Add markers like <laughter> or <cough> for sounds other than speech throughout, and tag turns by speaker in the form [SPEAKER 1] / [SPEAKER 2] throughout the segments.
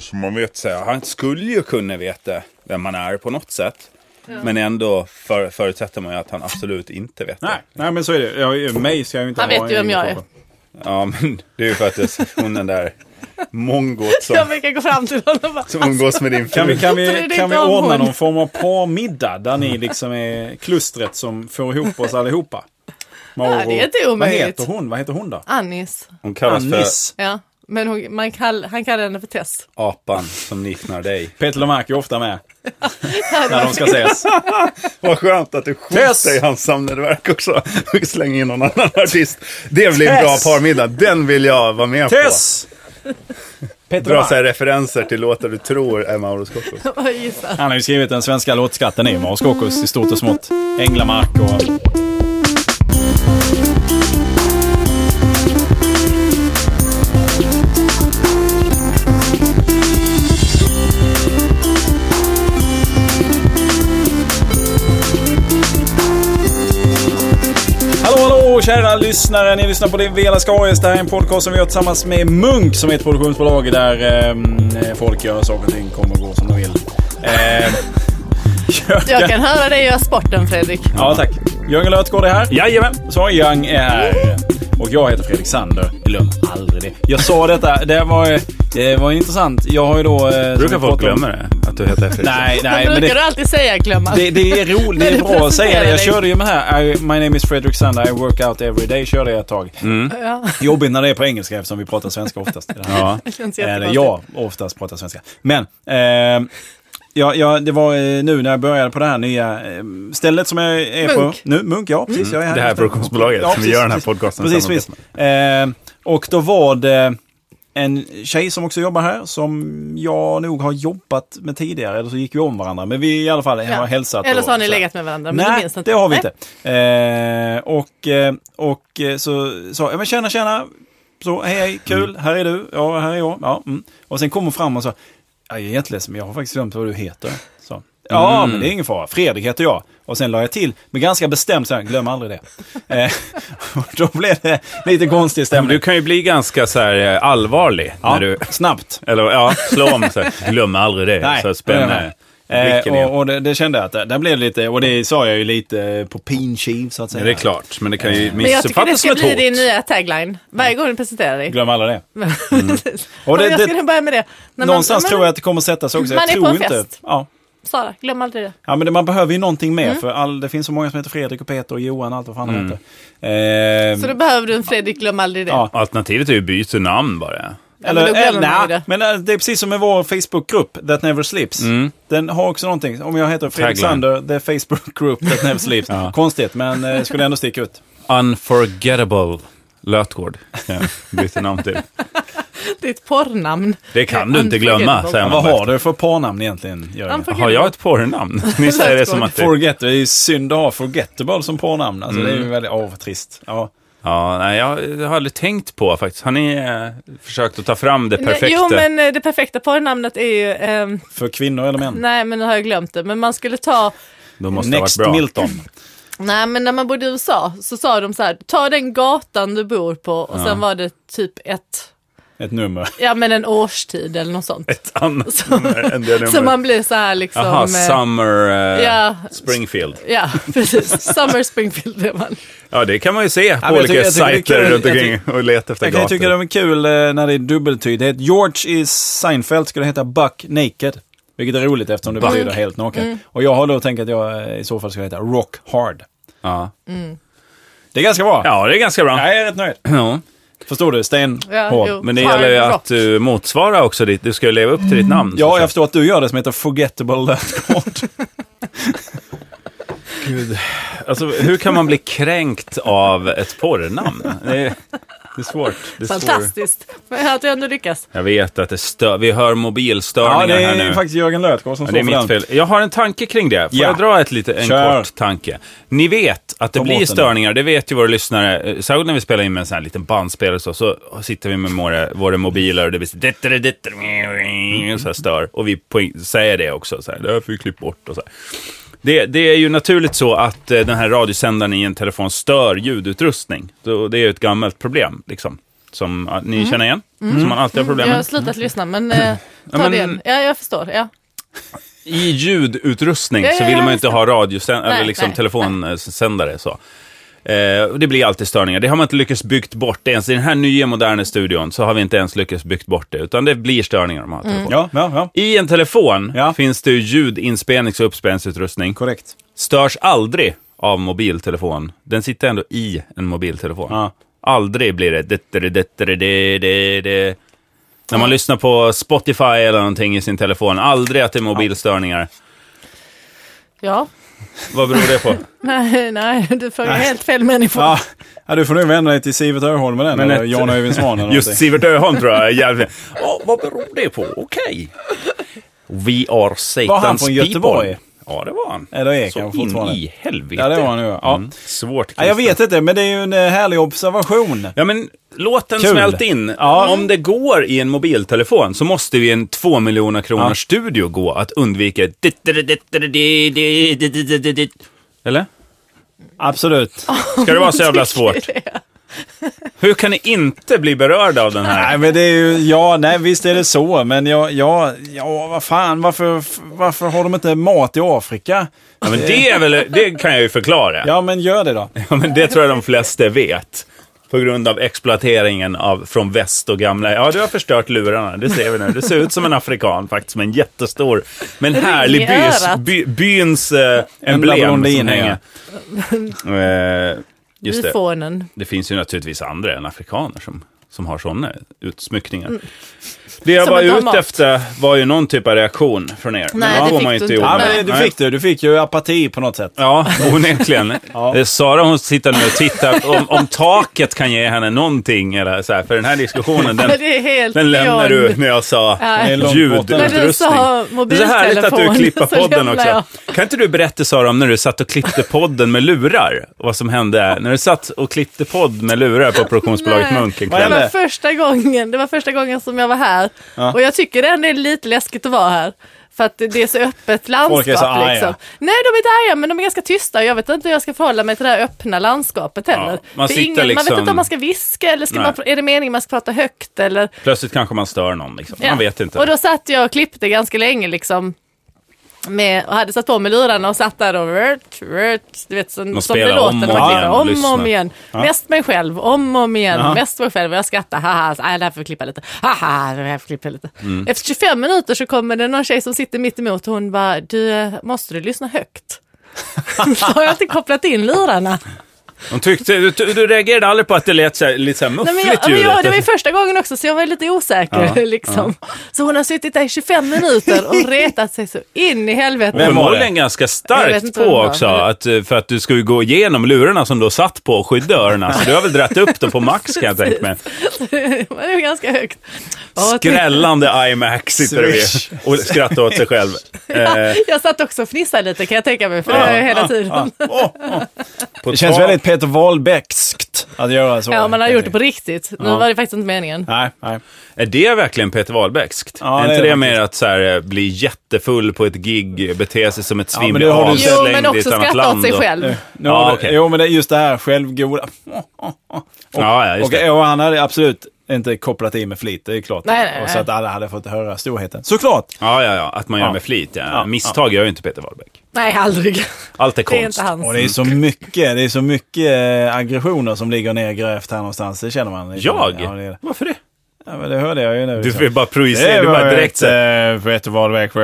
[SPEAKER 1] Så Mm, man vet så här, han skulle ju kunna veta vem han är på något sätt. Men ändå för, förutsätter man ju att han absolut inte vet
[SPEAKER 2] Nej, nej men så är det. Jag, mig ska jag ju inte
[SPEAKER 3] Han
[SPEAKER 2] ha
[SPEAKER 3] vet ju
[SPEAKER 2] en
[SPEAKER 3] vem jag
[SPEAKER 2] egen
[SPEAKER 3] är.
[SPEAKER 2] koll
[SPEAKER 1] det. Ja, men det är ju för att jag ser hon den där mongot
[SPEAKER 3] <laughs>
[SPEAKER 1] som,
[SPEAKER 3] Jag brukar gå fram till honom och bara,
[SPEAKER 1] som umgås med din
[SPEAKER 2] på. Kan vi,
[SPEAKER 1] fru.
[SPEAKER 2] kan
[SPEAKER 3] <laughs> Bryr dig
[SPEAKER 2] vi, kan
[SPEAKER 3] inte
[SPEAKER 2] vi
[SPEAKER 3] om
[SPEAKER 2] ordna
[SPEAKER 3] hon.
[SPEAKER 2] någon form av parmiddag där ni liksom är klustret som får ihop oss allihopa? Mauro.
[SPEAKER 3] Ja, det är inte
[SPEAKER 2] Vad
[SPEAKER 3] omöjligt.
[SPEAKER 2] heter hon? Vad heter hon då?
[SPEAKER 3] Anis.
[SPEAKER 1] Hon kallas för
[SPEAKER 2] Annis.
[SPEAKER 3] Ja, men hon, man kall, han kallar henne för Tess.
[SPEAKER 1] apan som liknar dig.
[SPEAKER 2] Peter Lemark är ofta med.
[SPEAKER 3] <laughs>
[SPEAKER 2] när de ska ses.
[SPEAKER 1] Vad skönt att du
[SPEAKER 2] Tess!
[SPEAKER 1] skjuter i hans samlarverk också. Och slänger in någon annan artist. Det blir en bra
[SPEAKER 2] Tess!
[SPEAKER 1] parmiddag. Den vill jag vara med
[SPEAKER 2] Tess!
[SPEAKER 1] på.
[SPEAKER 2] Peter
[SPEAKER 1] Dra så här
[SPEAKER 2] Lemark.
[SPEAKER 1] referenser till låtar du tror är Mauro Scocco.
[SPEAKER 3] Och gissa.
[SPEAKER 2] Han har ju skrivit den svenska låtskatten i Mars Kokos i stort och smått. Änglamark och... Hallå, hallå kära lyssnare! Ni lyssnar på det Vela Skaris. Det här är en podcast som vi gör tillsammans med Munk som är ett produktionsbolag där eh, folk gör saker och ting, kommer och går som de vill. Eh,
[SPEAKER 3] Jag kan höra dig göra sporten Fredrik.
[SPEAKER 2] Ja, tack. Jörgen Lötgård är här. Jajamän. Så Young är här. Och jag heter Fredrik Sander. Glöm aldrig det. Jag sa detta, det var, eh, det var intressant. Jag har ju då... eh, som vi
[SPEAKER 1] Brukar folk
[SPEAKER 2] pratade om-
[SPEAKER 1] glömma det? Att du heter Fredrik?
[SPEAKER 2] Nej, nej.
[SPEAKER 3] Nej,
[SPEAKER 2] Men
[SPEAKER 3] brukar du
[SPEAKER 2] det,
[SPEAKER 3] alltid säga glömma.
[SPEAKER 2] det, det är roligt, det
[SPEAKER 3] Men
[SPEAKER 2] är
[SPEAKER 3] du
[SPEAKER 2] bra att säga det.
[SPEAKER 3] <laughs> presenterar
[SPEAKER 2] Jag
[SPEAKER 3] dig.
[SPEAKER 2] körde ju med det här. I, my name is Fredrik Sander, I work out every day, körde jag ett tag.
[SPEAKER 3] Ja,
[SPEAKER 2] Jobbigt när det är på engelska eftersom vi pratar svenska oftast. i det här.
[SPEAKER 1] Ja.
[SPEAKER 3] det känns
[SPEAKER 2] Eller
[SPEAKER 3] jättekonstigt.
[SPEAKER 2] jag oftast pratar svenska. Men eh, ja, ja, det var eh, nu när jag började på det här nya eh, stället som jag är
[SPEAKER 3] Munk.
[SPEAKER 2] på. Nu, Munk, ja precis. Jag är här
[SPEAKER 1] Det här
[SPEAKER 2] just nu.
[SPEAKER 1] produktionsbolaget som vi
[SPEAKER 2] precis,
[SPEAKER 1] gör den här
[SPEAKER 2] precis.
[SPEAKER 1] podcasten
[SPEAKER 2] Precis,
[SPEAKER 1] tillsammans
[SPEAKER 2] precis. Eh, och då var det en tjej som också jobbar här som jag nog har jobbat med tidigare. Eller så gick vi om varandra. Men vi i alla fall har hälsat.
[SPEAKER 3] Eller
[SPEAKER 2] och
[SPEAKER 3] så har ni
[SPEAKER 2] så här.
[SPEAKER 3] legat med varandra. Men det,
[SPEAKER 2] Nej,
[SPEAKER 3] minns
[SPEAKER 2] det,
[SPEAKER 3] inte.
[SPEAKER 2] har vi
[SPEAKER 3] Nej.
[SPEAKER 2] inte. Eh, och, eh, och eh, så sa jag, men tjena, tjena. Så, hej, hej, kul,
[SPEAKER 1] Mm.
[SPEAKER 2] här är du, ja, här är jag. Ja, mm. Och sen kom hon fram och sa, jag är jätteledsen, men jag har faktiskt glömt vad du heter. Så. Ja,
[SPEAKER 1] Mm.
[SPEAKER 2] men det är ingen fara, Fredrik heter jag. Och sen la jag till, men ganska bestämt, så här, glöm aldrig
[SPEAKER 1] <laughs>
[SPEAKER 2] det. Eh, <laughs> och då blev det lite konstig
[SPEAKER 1] Men
[SPEAKER 2] stämning.
[SPEAKER 1] Du kan ju bli ganska så här eh, allvarlig.
[SPEAKER 2] Ja,
[SPEAKER 1] När du,
[SPEAKER 2] Snabbt.
[SPEAKER 1] eller ja, slå om så här. Glöm aldrig det.
[SPEAKER 2] Nej,
[SPEAKER 1] så här, spänna
[SPEAKER 2] nej, nej.
[SPEAKER 1] blicken
[SPEAKER 2] Eh,
[SPEAKER 1] igen.
[SPEAKER 2] och, och det, det kände jag att där, där blev det lite, och det sa jag ju lite på pin kiv så att säga.
[SPEAKER 1] Det är klart, men det kan
[SPEAKER 2] Eh.
[SPEAKER 1] ju
[SPEAKER 3] Men jag tycker det
[SPEAKER 1] missuppfattas som
[SPEAKER 3] ska
[SPEAKER 1] ett
[SPEAKER 3] bli
[SPEAKER 1] hot.
[SPEAKER 3] din nya tagline. Varje gång du presenterar dig. <laughs>
[SPEAKER 2] Glöm aldrig det.
[SPEAKER 3] Precis.
[SPEAKER 2] Och det-
[SPEAKER 3] jag
[SPEAKER 2] det-
[SPEAKER 3] skulle börja med det. När
[SPEAKER 2] Någonstans
[SPEAKER 3] man,
[SPEAKER 2] tror jag att det kommer sätta sig också.
[SPEAKER 3] Man
[SPEAKER 2] jag
[SPEAKER 3] är
[SPEAKER 2] tror
[SPEAKER 3] på en
[SPEAKER 2] inte.
[SPEAKER 3] fest. Mm.
[SPEAKER 2] Ja.
[SPEAKER 3] Sara, glöm aldrig det.
[SPEAKER 2] ja, men det, man behöver ju någonting mer. För all, det finns så många som heter Fredrik och Peter och Johan och allt vad fan
[SPEAKER 1] Mm.
[SPEAKER 2] de heter. Ehm,
[SPEAKER 3] Så då behöver du en Fredrik, glöm aldrig det.
[SPEAKER 2] Ja.
[SPEAKER 1] Alternativet är ju byta namn bara.
[SPEAKER 3] men då glömmer man
[SPEAKER 2] nej,
[SPEAKER 3] ju det.
[SPEAKER 2] men eh, det är precis som med vår Facebookgrupp, That Never Sleeps. Den har också någonting. Om jag heter Fredrik
[SPEAKER 1] Mm. Tagline.
[SPEAKER 2] Sander, The Facebook Group That
[SPEAKER 1] <laughs>
[SPEAKER 2] Never Sleeps. Konstigt, men eh, skulle ändå sticka ut.
[SPEAKER 1] Unforgettable Lötgård. Ja, byta namn till.
[SPEAKER 3] Ditt porrnamn.
[SPEAKER 1] Det kan
[SPEAKER 2] <laughs>
[SPEAKER 1] du inte glömma, säger
[SPEAKER 2] Vad
[SPEAKER 1] man.
[SPEAKER 2] har du för parnamn egentligen, Jörgen?
[SPEAKER 3] Unforgettable.
[SPEAKER 1] Har jag ett porrnamn? <laughs> Ni säger det som att det...
[SPEAKER 2] Forget, det är ju synd att ha Forgettable som parnamn. Alltså, Det är
[SPEAKER 1] Mm.
[SPEAKER 2] ju väldigt, åh vad trist. Ja.
[SPEAKER 1] Ja, nej, jag har aldrig tänkt på faktiskt. Har ni eh, försökt att ta fram det perfekta?
[SPEAKER 3] Jo, men eh, det perfekta porrnamnet är ju... ehm,
[SPEAKER 2] För kvinnor eller män?
[SPEAKER 3] nej, men nu har jag glömt det. Men man skulle ta...
[SPEAKER 1] De måste
[SPEAKER 2] Next
[SPEAKER 1] ha varit bra.
[SPEAKER 2] Milton.
[SPEAKER 3] Nej, men när man bodde i USA så sa de så här, ta den gatan du bor på och sen var det typ ett...
[SPEAKER 2] Ett nummer.
[SPEAKER 3] Ja, men en årstid eller något sånt.
[SPEAKER 1] Ett annat nummer än det numret.
[SPEAKER 3] Så man blir så här liksom...
[SPEAKER 1] Jaha,
[SPEAKER 3] eh,
[SPEAKER 1] Summer eh,
[SPEAKER 3] Ja.
[SPEAKER 1] Springfield.
[SPEAKER 3] Ja, <laughs> precis. Summer Springfield är man.
[SPEAKER 1] Ja, det kan man ju se på
[SPEAKER 2] men jag
[SPEAKER 1] olika
[SPEAKER 2] tycker- jag tycker det är
[SPEAKER 1] sajter
[SPEAKER 2] kul.
[SPEAKER 1] runt
[SPEAKER 2] Jag
[SPEAKER 1] omkring och leta efter
[SPEAKER 2] Jag kan ju tycka
[SPEAKER 1] gator.
[SPEAKER 2] de är kul eh, när det är dubbeltydighet. George i Seinfeld skulle heta Buck Naked. Vilket är roligt eftersom det betyder helt naken.
[SPEAKER 1] Mm.
[SPEAKER 2] Och jag har då tänkt att jag eh, i så fall skulle heta Rock Hard.
[SPEAKER 1] Ja.
[SPEAKER 2] Det är ganska bra.
[SPEAKER 1] ja, det är ganska bra.
[SPEAKER 2] Jag är rätt nöjd.
[SPEAKER 1] Ja.
[SPEAKER 2] Förstår du? Sten
[SPEAKER 3] Ja,
[SPEAKER 2] Hård.
[SPEAKER 3] jo.
[SPEAKER 1] Men det
[SPEAKER 3] Hard
[SPEAKER 1] gäller ju
[SPEAKER 3] rock.
[SPEAKER 1] att du motsvarar också ditt, du ska ju leva upp till ditt namn.
[SPEAKER 2] Ja, jag förstår att du gör det som heter Forgettable Lötgård.
[SPEAKER 1] Alltså, hur kan man bli kränkt av ett porrnamn? <laughs> Det är, det är svårt. Det är svår.
[SPEAKER 3] Fantastiskt. Men att du ändå lyckas.
[SPEAKER 1] Jag vet att det stör, vi hör
[SPEAKER 2] ja,
[SPEAKER 1] mobilstörningar
[SPEAKER 2] det
[SPEAKER 1] här
[SPEAKER 2] är
[SPEAKER 1] nu.
[SPEAKER 2] ju faktiskt Jörgen Lötgård som
[SPEAKER 1] Ja, det
[SPEAKER 2] står
[SPEAKER 1] är
[SPEAKER 2] för den.
[SPEAKER 1] mitt fel. Jag har en tanke kring det. Får
[SPEAKER 2] Ja.
[SPEAKER 1] jag dra ett lite, en
[SPEAKER 2] Kör.
[SPEAKER 1] kort tanke? Ni vet att det
[SPEAKER 2] Ta bort
[SPEAKER 1] blir
[SPEAKER 2] den.
[SPEAKER 1] störningar, det vet ju våra lyssnare. Eh, Särskilt när vi spelar in med en sån här liten bandspelare och så, så sitter vi med våra, våra mobiler och det blir så, dittere, dittere, så här stör. Och vi poäng, säger det också, så här, det här får vi klippa bort och så här. Det, det är ju naturligt så att eh, den här radiosändaren i en telefon stör ljudutrustning. Så Det är ju ett gammalt problem, liksom. Som ah, ni känner igen, som man alltid har problem
[SPEAKER 3] Jag
[SPEAKER 1] med.
[SPEAKER 3] har slutat lyssna, men eh, ta
[SPEAKER 1] men-
[SPEAKER 3] det igen. Ja, jag förstår. Ja.
[SPEAKER 1] I ljudutrustning
[SPEAKER 3] Ja, ja,
[SPEAKER 1] så vill
[SPEAKER 3] ja,
[SPEAKER 1] man ju
[SPEAKER 3] visst.
[SPEAKER 1] inte ha radiosändare eller
[SPEAKER 3] Nej,
[SPEAKER 1] liksom
[SPEAKER 3] nej,
[SPEAKER 1] telefonsändare. Så. Eh, och det blir alltid störningar. Det har man inte lyckats byggt bort. Ens i den här nya moderna studion så har vi inte ens lyckats byggt bort det. Utan det blir störningar om man
[SPEAKER 3] Mm.
[SPEAKER 1] har telefon.
[SPEAKER 2] Ja, ja, ja.
[SPEAKER 1] I en telefon
[SPEAKER 2] Ja.
[SPEAKER 1] finns det ju ljudinspelnings och uppspelningsutrustning.
[SPEAKER 2] Korrekt.
[SPEAKER 1] Störs aldrig av mobiltelefon. Den sitter ändå i en mobiltelefon.
[SPEAKER 2] Ja.
[SPEAKER 1] Aldrig blir det dettere, dettere, det, det, det. När man lyssnar på Spotify eller någonting i sin telefon, aldrig att det är mobilstörningar.
[SPEAKER 3] ja. <laughs>
[SPEAKER 1] Vad beror det på?
[SPEAKER 3] Nej, nej, du frågar helt fel människor.
[SPEAKER 2] Ja, ja, du får nog vända dig till Sivert Öholm med den,
[SPEAKER 1] Men
[SPEAKER 2] eller
[SPEAKER 1] ett-
[SPEAKER 2] Jan Öyvind Svan
[SPEAKER 1] <laughs>
[SPEAKER 2] eller
[SPEAKER 1] Just
[SPEAKER 2] någonting.
[SPEAKER 1] Sivert Öholm tror jag är jävligt... Ja, vad beror det på? Okej. We are Satans
[SPEAKER 2] Var han från
[SPEAKER 1] people.
[SPEAKER 2] Göteborg?
[SPEAKER 1] Ja, det var han.
[SPEAKER 2] Eller är
[SPEAKER 1] Så
[SPEAKER 2] kanske
[SPEAKER 1] in
[SPEAKER 2] fortfarande.
[SPEAKER 1] i helvete.
[SPEAKER 2] Ja, det var han ju. Ja.
[SPEAKER 1] Mm. Svårt.
[SPEAKER 2] Ja, jag
[SPEAKER 1] Christer.
[SPEAKER 2] vet inte, men det är ju en eh, härlig observation.
[SPEAKER 1] Ja, men låt den
[SPEAKER 2] Kul.
[SPEAKER 1] smälta in. Om det går i en mobiltelefon så måste vi i en två miljoner kronor
[SPEAKER 2] Ja.
[SPEAKER 1] studio gå att undvika... Eller?
[SPEAKER 2] Absolut.
[SPEAKER 1] Ska det vara så jävla
[SPEAKER 2] <laughs>
[SPEAKER 1] svårt? Hur kan ni inte bli berörda av den här?
[SPEAKER 2] Nej, men det är ju, ja, nej, visst är det så, men ja, ja, ja, vad fan, varför, f- varför har de inte mat i Afrika?
[SPEAKER 1] Ja, men det, är väl, det kan jag ju förklara.
[SPEAKER 2] Ja, men gör det då.
[SPEAKER 1] Ja, men det tror jag de flesta vet. På grund av exploateringen av, från väst och gamla... Ja, du har förstört lurarna, det ser vi nu. Det ser ut som en afrikan faktiskt, med en jättestor, men härlig
[SPEAKER 3] i
[SPEAKER 1] bys,
[SPEAKER 3] örat.
[SPEAKER 1] by, byns eh,
[SPEAKER 2] lilla
[SPEAKER 1] emblem
[SPEAKER 2] blondin,
[SPEAKER 1] som hänger. Eh, just det.
[SPEAKER 3] Ufonen.
[SPEAKER 1] Det finns ju naturligtvis andra än afrikaner som, som har sådana utsmyckningar. Det jag
[SPEAKER 3] Mm. Som
[SPEAKER 1] var
[SPEAKER 3] inte har
[SPEAKER 1] ute
[SPEAKER 3] mat.
[SPEAKER 1] efter var ju någon typ av reaktion från er.
[SPEAKER 3] Nej, det
[SPEAKER 1] får
[SPEAKER 3] fick
[SPEAKER 1] man
[SPEAKER 3] du
[SPEAKER 1] ju inte
[SPEAKER 3] inte.
[SPEAKER 1] i
[SPEAKER 2] Ja,
[SPEAKER 1] ord.
[SPEAKER 2] men det, du
[SPEAKER 1] Nej.
[SPEAKER 2] fick det, du fick ju apati på något sätt.
[SPEAKER 1] Ja,
[SPEAKER 3] <laughs>
[SPEAKER 1] onekligen. Eh, Sara hon sitter nu och tittar om, om taket kan ge henne någonting. Eller så här, för den här diskussionen, den,
[SPEAKER 3] Men <laughs> det är helt
[SPEAKER 1] den lämnar
[SPEAKER 3] beyond.
[SPEAKER 1] du när jag sa
[SPEAKER 3] Ja. Det
[SPEAKER 2] är långt borta.
[SPEAKER 1] ljudutrustning.
[SPEAKER 3] När du sa
[SPEAKER 1] det är så härligt att du
[SPEAKER 3] mobiltelefon,
[SPEAKER 1] klipper
[SPEAKER 3] <laughs> så
[SPEAKER 1] podden
[SPEAKER 3] lämnar
[SPEAKER 1] också.
[SPEAKER 3] jag.
[SPEAKER 1] Kan inte du berätta Sara om när du satt och klippte podden med lurar? Vad som hände när du satt och klippte podd med lurar på produktionsbolaget
[SPEAKER 3] Nej.
[SPEAKER 1] Munk en
[SPEAKER 2] Vad
[SPEAKER 1] kväll?
[SPEAKER 3] Det
[SPEAKER 2] hände?
[SPEAKER 3] var första gången, det var första gången som jag var här.
[SPEAKER 2] Ja.
[SPEAKER 3] Och jag tycker det ändå är lite läskigt att vara här. För att det är så öppet landskap.
[SPEAKER 2] Folk är så arga.
[SPEAKER 3] liksom. Nej, de är inte arga, men de är ganska tysta. Jag vet inte hur jag ska förhålla mig till det här öppna landskapet heller.
[SPEAKER 1] Ja, man
[SPEAKER 3] För
[SPEAKER 1] sitter
[SPEAKER 3] ingen, man
[SPEAKER 1] liksom-
[SPEAKER 3] vet inte om man ska viska eller ska
[SPEAKER 1] Nej.
[SPEAKER 3] man, är det meningen man ska prata högt. Eller...
[SPEAKER 1] Plötsligt kanske man stör någon. Liksom.
[SPEAKER 3] Ja.
[SPEAKER 1] Man vet inte.
[SPEAKER 3] Och då satt jag och klippte ganska länge liksom. Med, och hade satt på mig lurarna och satt där och rört, rört, du vet som,
[SPEAKER 1] Man
[SPEAKER 3] som det
[SPEAKER 1] spelar
[SPEAKER 3] låter.
[SPEAKER 1] om
[SPEAKER 3] när
[SPEAKER 1] och
[SPEAKER 3] man
[SPEAKER 1] igen
[SPEAKER 3] klipper.
[SPEAKER 1] och
[SPEAKER 3] om
[SPEAKER 1] lyssnar.
[SPEAKER 3] och om igen. Mest mig själv, om och om igen.
[SPEAKER 2] Ja.
[SPEAKER 3] Mest mig själv. Och jag skrattar, haha, nej, det här får vi klippa lite. Haha, det här får vi klippa lite.
[SPEAKER 1] Mm.
[SPEAKER 3] Efter 25 minuter så kommer det någon tjej som sitter mitt emot och hon bara, du, eh, måste du lyssna högt? <laughs> så har jag inte kopplat in lurarna.
[SPEAKER 1] Hon tyckte, du, du reagerade aldrig på att det lät så här, lite så här
[SPEAKER 3] Nej,
[SPEAKER 1] muffligt
[SPEAKER 3] men jag, ja, men
[SPEAKER 1] ljudet.
[SPEAKER 3] jag, det var ju första gången också så jag var lite osäker. <laughs> liksom. Så hon har suttit där i 25 minuter
[SPEAKER 1] <laughs>
[SPEAKER 3] och retat sig så in i helvete.
[SPEAKER 1] Vem
[SPEAKER 2] var det?
[SPEAKER 1] Förmodligen ganska
[SPEAKER 3] Jag vet
[SPEAKER 1] starkt på
[SPEAKER 3] inte vem det var.
[SPEAKER 1] också, att, eh, för att du ska ju gå igenom lurarna som du har satt på och skydda öronen. Så du har väl dragit upp dem på max kan jag tänka mig.
[SPEAKER 3] <laughs> det var ju ganska högt. Ja, typ. <laughs>
[SPEAKER 1] Skrällande IMAX sitter du i
[SPEAKER 2] Swish.
[SPEAKER 1] och skrattar åt sig själv. Eh,
[SPEAKER 3] Jag satt också och fnissade lite kan jag tänka mig, för det gör jag hela tiden.
[SPEAKER 1] på
[SPEAKER 2] Det känns
[SPEAKER 1] tal-
[SPEAKER 2] väldigt Peter Wahlbeckskt att göra så.
[SPEAKER 3] Ja, man har gjort det på riktigt. Nu var det faktiskt inte meningen.
[SPEAKER 2] Nej, nej.
[SPEAKER 1] Är det verkligen Peter Wahlbeckskt?
[SPEAKER 2] Ja,
[SPEAKER 1] är
[SPEAKER 2] det
[SPEAKER 1] inte
[SPEAKER 2] är
[SPEAKER 1] det,
[SPEAKER 2] det
[SPEAKER 1] mer att så här, eh, bli jättefull på ett gig, bete sig som ett
[SPEAKER 2] men
[SPEAKER 1] svimla
[SPEAKER 2] det har du
[SPEAKER 1] as,
[SPEAKER 2] sett.
[SPEAKER 3] Jo,
[SPEAKER 1] slängd
[SPEAKER 3] men
[SPEAKER 1] i
[SPEAKER 3] också
[SPEAKER 1] ett annat
[SPEAKER 3] skratta åt
[SPEAKER 1] land
[SPEAKER 3] sig
[SPEAKER 1] och-
[SPEAKER 3] själv.
[SPEAKER 2] Nu
[SPEAKER 1] Ja,
[SPEAKER 2] har du-
[SPEAKER 1] okej.
[SPEAKER 2] Jo, men det är just det här självgoda.
[SPEAKER 1] Ja, ja, just
[SPEAKER 2] och,
[SPEAKER 1] det.
[SPEAKER 2] och han hade absolut inte kopplat i med flit, det är klart.
[SPEAKER 3] Nej, nej,
[SPEAKER 2] och så
[SPEAKER 3] nej.
[SPEAKER 2] att alla hade fått höra storheten. Såklart!
[SPEAKER 1] Ja, ja, ja, att man gör
[SPEAKER 2] Ja.
[SPEAKER 1] med flit. Ja.
[SPEAKER 2] Ja,
[SPEAKER 1] Misstag gör ju inte Peter Wahlbeck.
[SPEAKER 3] Nej, aldrig.
[SPEAKER 1] Allt är
[SPEAKER 3] Det är
[SPEAKER 1] konst.
[SPEAKER 3] inte hans.
[SPEAKER 2] Och det är så mycket, det är så mycket eh, aggressioner som ligger nergrävt här någonstans. Det känner man. lite.
[SPEAKER 1] Jag?
[SPEAKER 2] Ja, det,
[SPEAKER 1] Varför det?
[SPEAKER 2] ja, men det hörde jag ju nu. liksom.
[SPEAKER 1] Du får ju bara
[SPEAKER 2] det
[SPEAKER 1] projicera, du bara direkt så här,
[SPEAKER 2] eh, Peter Wahlbeck.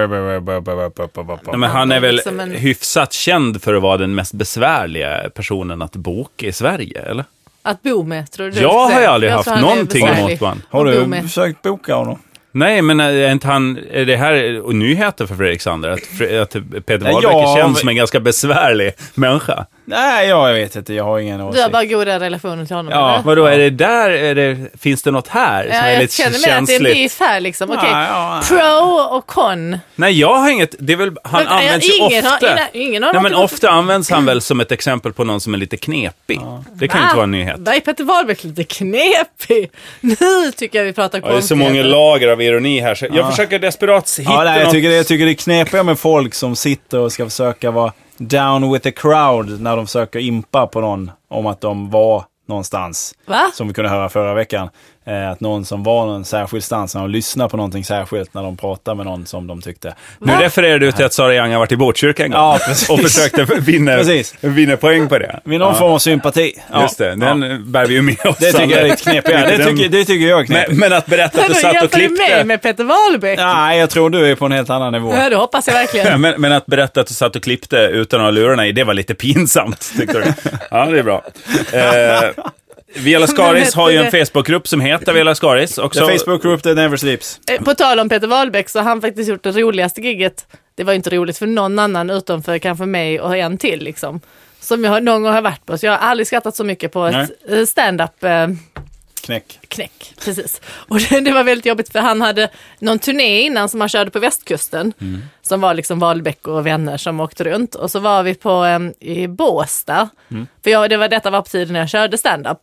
[SPEAKER 1] Nej, men han är väl
[SPEAKER 3] Som en-
[SPEAKER 1] hyfsat känd för att vara den mest besvärliga personen att boka i Sverige, eller?
[SPEAKER 3] Att bo med, tror du?
[SPEAKER 1] Jag har ju aldrig
[SPEAKER 3] tror
[SPEAKER 1] haft
[SPEAKER 3] han är
[SPEAKER 1] någonting emot
[SPEAKER 3] besvärlig
[SPEAKER 1] man.
[SPEAKER 2] Har
[SPEAKER 3] att bo
[SPEAKER 2] du
[SPEAKER 3] med.
[SPEAKER 2] försökt boka honom?
[SPEAKER 1] Nej, men är inte han... Är det här och nyheter för Fredrik Sander? Att, Fre- att Peter
[SPEAKER 2] Nej,
[SPEAKER 1] Wahlbeck
[SPEAKER 2] ja,
[SPEAKER 1] är känd
[SPEAKER 2] men-
[SPEAKER 1] som en ganska besvärlig människa?
[SPEAKER 2] Nej, ja, jag vet inte. Jag har ingen
[SPEAKER 3] Du har
[SPEAKER 2] åsikt.
[SPEAKER 3] bara goda relationer till honom?
[SPEAKER 2] Ja,
[SPEAKER 3] eller?
[SPEAKER 1] Vadå, är det där... Är det, finns det något här som
[SPEAKER 3] Ja,
[SPEAKER 1] är
[SPEAKER 3] jag
[SPEAKER 1] lite
[SPEAKER 3] känner mer att det är en
[SPEAKER 1] känsligt?
[SPEAKER 3] beef här liksom. Okej,
[SPEAKER 2] Ja, ja, ja.
[SPEAKER 3] pro och con.
[SPEAKER 1] Nej, jag har inget... Det är väl... Han
[SPEAKER 3] Men, ja,
[SPEAKER 1] används ju
[SPEAKER 3] ingen har-
[SPEAKER 1] ofta...
[SPEAKER 3] ingen- ingen har
[SPEAKER 1] Nej, men
[SPEAKER 3] något emot-
[SPEAKER 1] ofta används han väl som ett exempel på någon som är lite knepig. Det kan ju inte vara en nyhet.
[SPEAKER 3] Där är Petter Wahlbeck lite knepig. Nu tycker jag vi pratar
[SPEAKER 1] Ja, det är så många lager av ironi här. Så jag försöker desperat hitta
[SPEAKER 2] Ja, nej, jag,
[SPEAKER 1] något.
[SPEAKER 2] tycker det, jag tycker det är knepiga med folk som sitter och ska försöka vara down with the crowd när de försöker impa på någon om att de var någonstans.
[SPEAKER 3] Va?
[SPEAKER 2] Som vi kunde höra förra veckan. Eh, Att någon som var någon särskild stans, när de lyssnade på någonting särskilt, när de pratade med någon som de tyckte.
[SPEAKER 1] Nu refererar du till att Sara Young har varit i Botkyrka en gång
[SPEAKER 2] Ja, precis.
[SPEAKER 1] och
[SPEAKER 2] <laughs>
[SPEAKER 1] försökte vinna,
[SPEAKER 2] Precis.
[SPEAKER 1] vinna poäng på det.
[SPEAKER 2] Med någon form av sympati. Ja.
[SPEAKER 1] Just det, den bär vi ju med oss.
[SPEAKER 2] Det tycker jag är
[SPEAKER 1] alla.
[SPEAKER 2] lite knepigare. Det
[SPEAKER 1] <laughs> Den-
[SPEAKER 2] tycker, det tycker jag är knepigt.
[SPEAKER 1] men, men att berätta att du
[SPEAKER 3] Men
[SPEAKER 1] satt och
[SPEAKER 3] jämför du mig
[SPEAKER 1] klippte...
[SPEAKER 3] med Peter Wahlbeck?
[SPEAKER 2] Nej, jag tror du är på en helt annan nivå.
[SPEAKER 3] Ja, det hoppas jag verkligen.
[SPEAKER 1] Men, men att berätta att du satt och klippte utan att ha lurarna i, det var lite pinsamt. Tyckte du. Ja, det är bra. Eh,
[SPEAKER 2] <laughs>
[SPEAKER 1] Vela Skaris har ju en Facebookgrupp som heter Vela Skaris också.
[SPEAKER 2] The Facebook group that never sleeps.
[SPEAKER 3] Eh, På tal om Peter Wahlbeck så har han faktiskt gjort det roligaste giget. Det var ju inte roligt för någon annan utom för kanske mig och en till liksom. Som jag har- någon gång har varit på. Så jag har aldrig skrattat så mycket på ett eh, stand-up eh,
[SPEAKER 2] Knäck.
[SPEAKER 3] knäck. Precis. Och <laughs> det, det var väldigt jobbigt för han hade någon turné innan som han körde på västkusten. Som var liksom Wahlbeck och vänner som åkte runt. Och så var vi på em, i Båstad. För jag, det var, detta var på tiden när jag körde stand-up.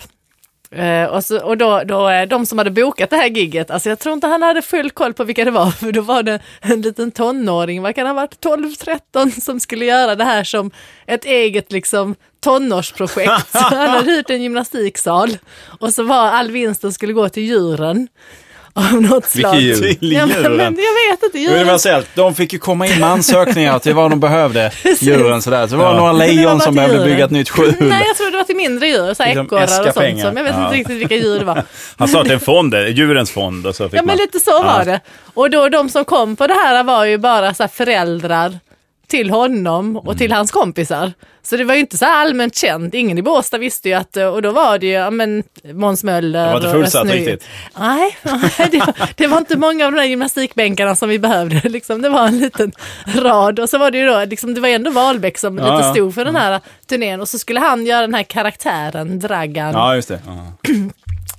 [SPEAKER 3] Eh, och så, och då, då, eh, de som hade bokat det här gigget, alltså jag tror inte han hade full koll på vilka det var, <laughs> för då var det en liten tonåring, vad kan han ha varit, 12-13, som skulle göra det här som ett eget liksom tonårsprojekt. Så han hade hyrt en gymnastiksal och så var all vinsten skulle gå till djuren av något slag.
[SPEAKER 1] djur?
[SPEAKER 2] Till
[SPEAKER 3] Ja, men,
[SPEAKER 2] djuren.
[SPEAKER 3] men, jag vet inte, djuren.
[SPEAKER 2] Universellt. De fick ju komma in med ansökningar till vad de behövde. Djuren sådär. Så det var några
[SPEAKER 3] Det var
[SPEAKER 2] lejon
[SPEAKER 3] bara
[SPEAKER 2] som
[SPEAKER 3] till
[SPEAKER 2] behövde
[SPEAKER 3] djuren.
[SPEAKER 2] bygga ett nytt skjul.
[SPEAKER 3] Nej, jag tror det var till mindre djur, så här
[SPEAKER 2] Liksom
[SPEAKER 3] ekorrar och sånt. Som,
[SPEAKER 2] äskapengar.
[SPEAKER 3] jag vet inte riktigt vilka djur
[SPEAKER 2] <laughs>
[SPEAKER 3] det var.
[SPEAKER 1] Han startade en fond, eh, Djurens fond. Och så fick
[SPEAKER 3] Ja men
[SPEAKER 1] man...
[SPEAKER 3] lite så var det. Och då de som kom på det här var ju bara så här föräldrar till honom
[SPEAKER 2] Mm.
[SPEAKER 3] och till hans kompisar. Så det var ju inte så här allmänt känt. Ingen i Båstad visste ju att, och då var det ju ja, men, Måns Möller.
[SPEAKER 2] Det var inte
[SPEAKER 3] och
[SPEAKER 2] fullsatt
[SPEAKER 3] Snö-
[SPEAKER 2] riktigt.
[SPEAKER 3] Nej, <laughs> nej det, var, det var inte många av de där gymnastikbänkarna som vi behövde. <laughs> Liksom, det var en liten rad och så var det ju då, liksom, det var ändå Wahlbeck som
[SPEAKER 2] Ja, Mm.
[SPEAKER 3] lite
[SPEAKER 2] ja.
[SPEAKER 3] stod för den här turnén och så skulle han göra den här karaktären, Dragan
[SPEAKER 2] Ja, just det.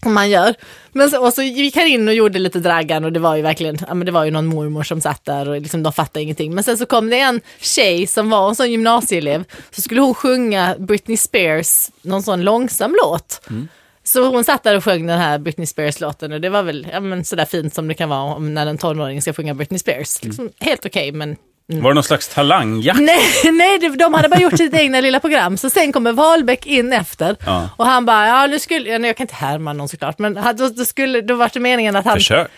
[SPEAKER 3] som man gör. Men så, och så gick han in och gjorde lite draggan och det var ju verkligen, ja men det var ju någon mormor som satt där och liksom de fattade ingenting. Men sen så kom det en tjej som var en sån gymnasieelev, så skulle hon sjunga Britney Spears, någon sån långsam låt. Så hon satt där och sjöng den här Britney Spears-låten och det var väl ja, men sådär fint som det kan vara om när en tonåring ska sjunga Britney Spears. Liksom, Helt okej men
[SPEAKER 1] Var det någon slags talangjakt?
[SPEAKER 3] <laughs> Nej, nej, det- de hade bara gjort sitt egna lilla program. Så sen kommer Wahlbeck in efter
[SPEAKER 1] Ja.
[SPEAKER 3] och han bara, ja nu skulle, ja, nej, jag kan inte härma någon såklart, men han- då, då, skulle, då var det meningen att han,
[SPEAKER 1] Försök.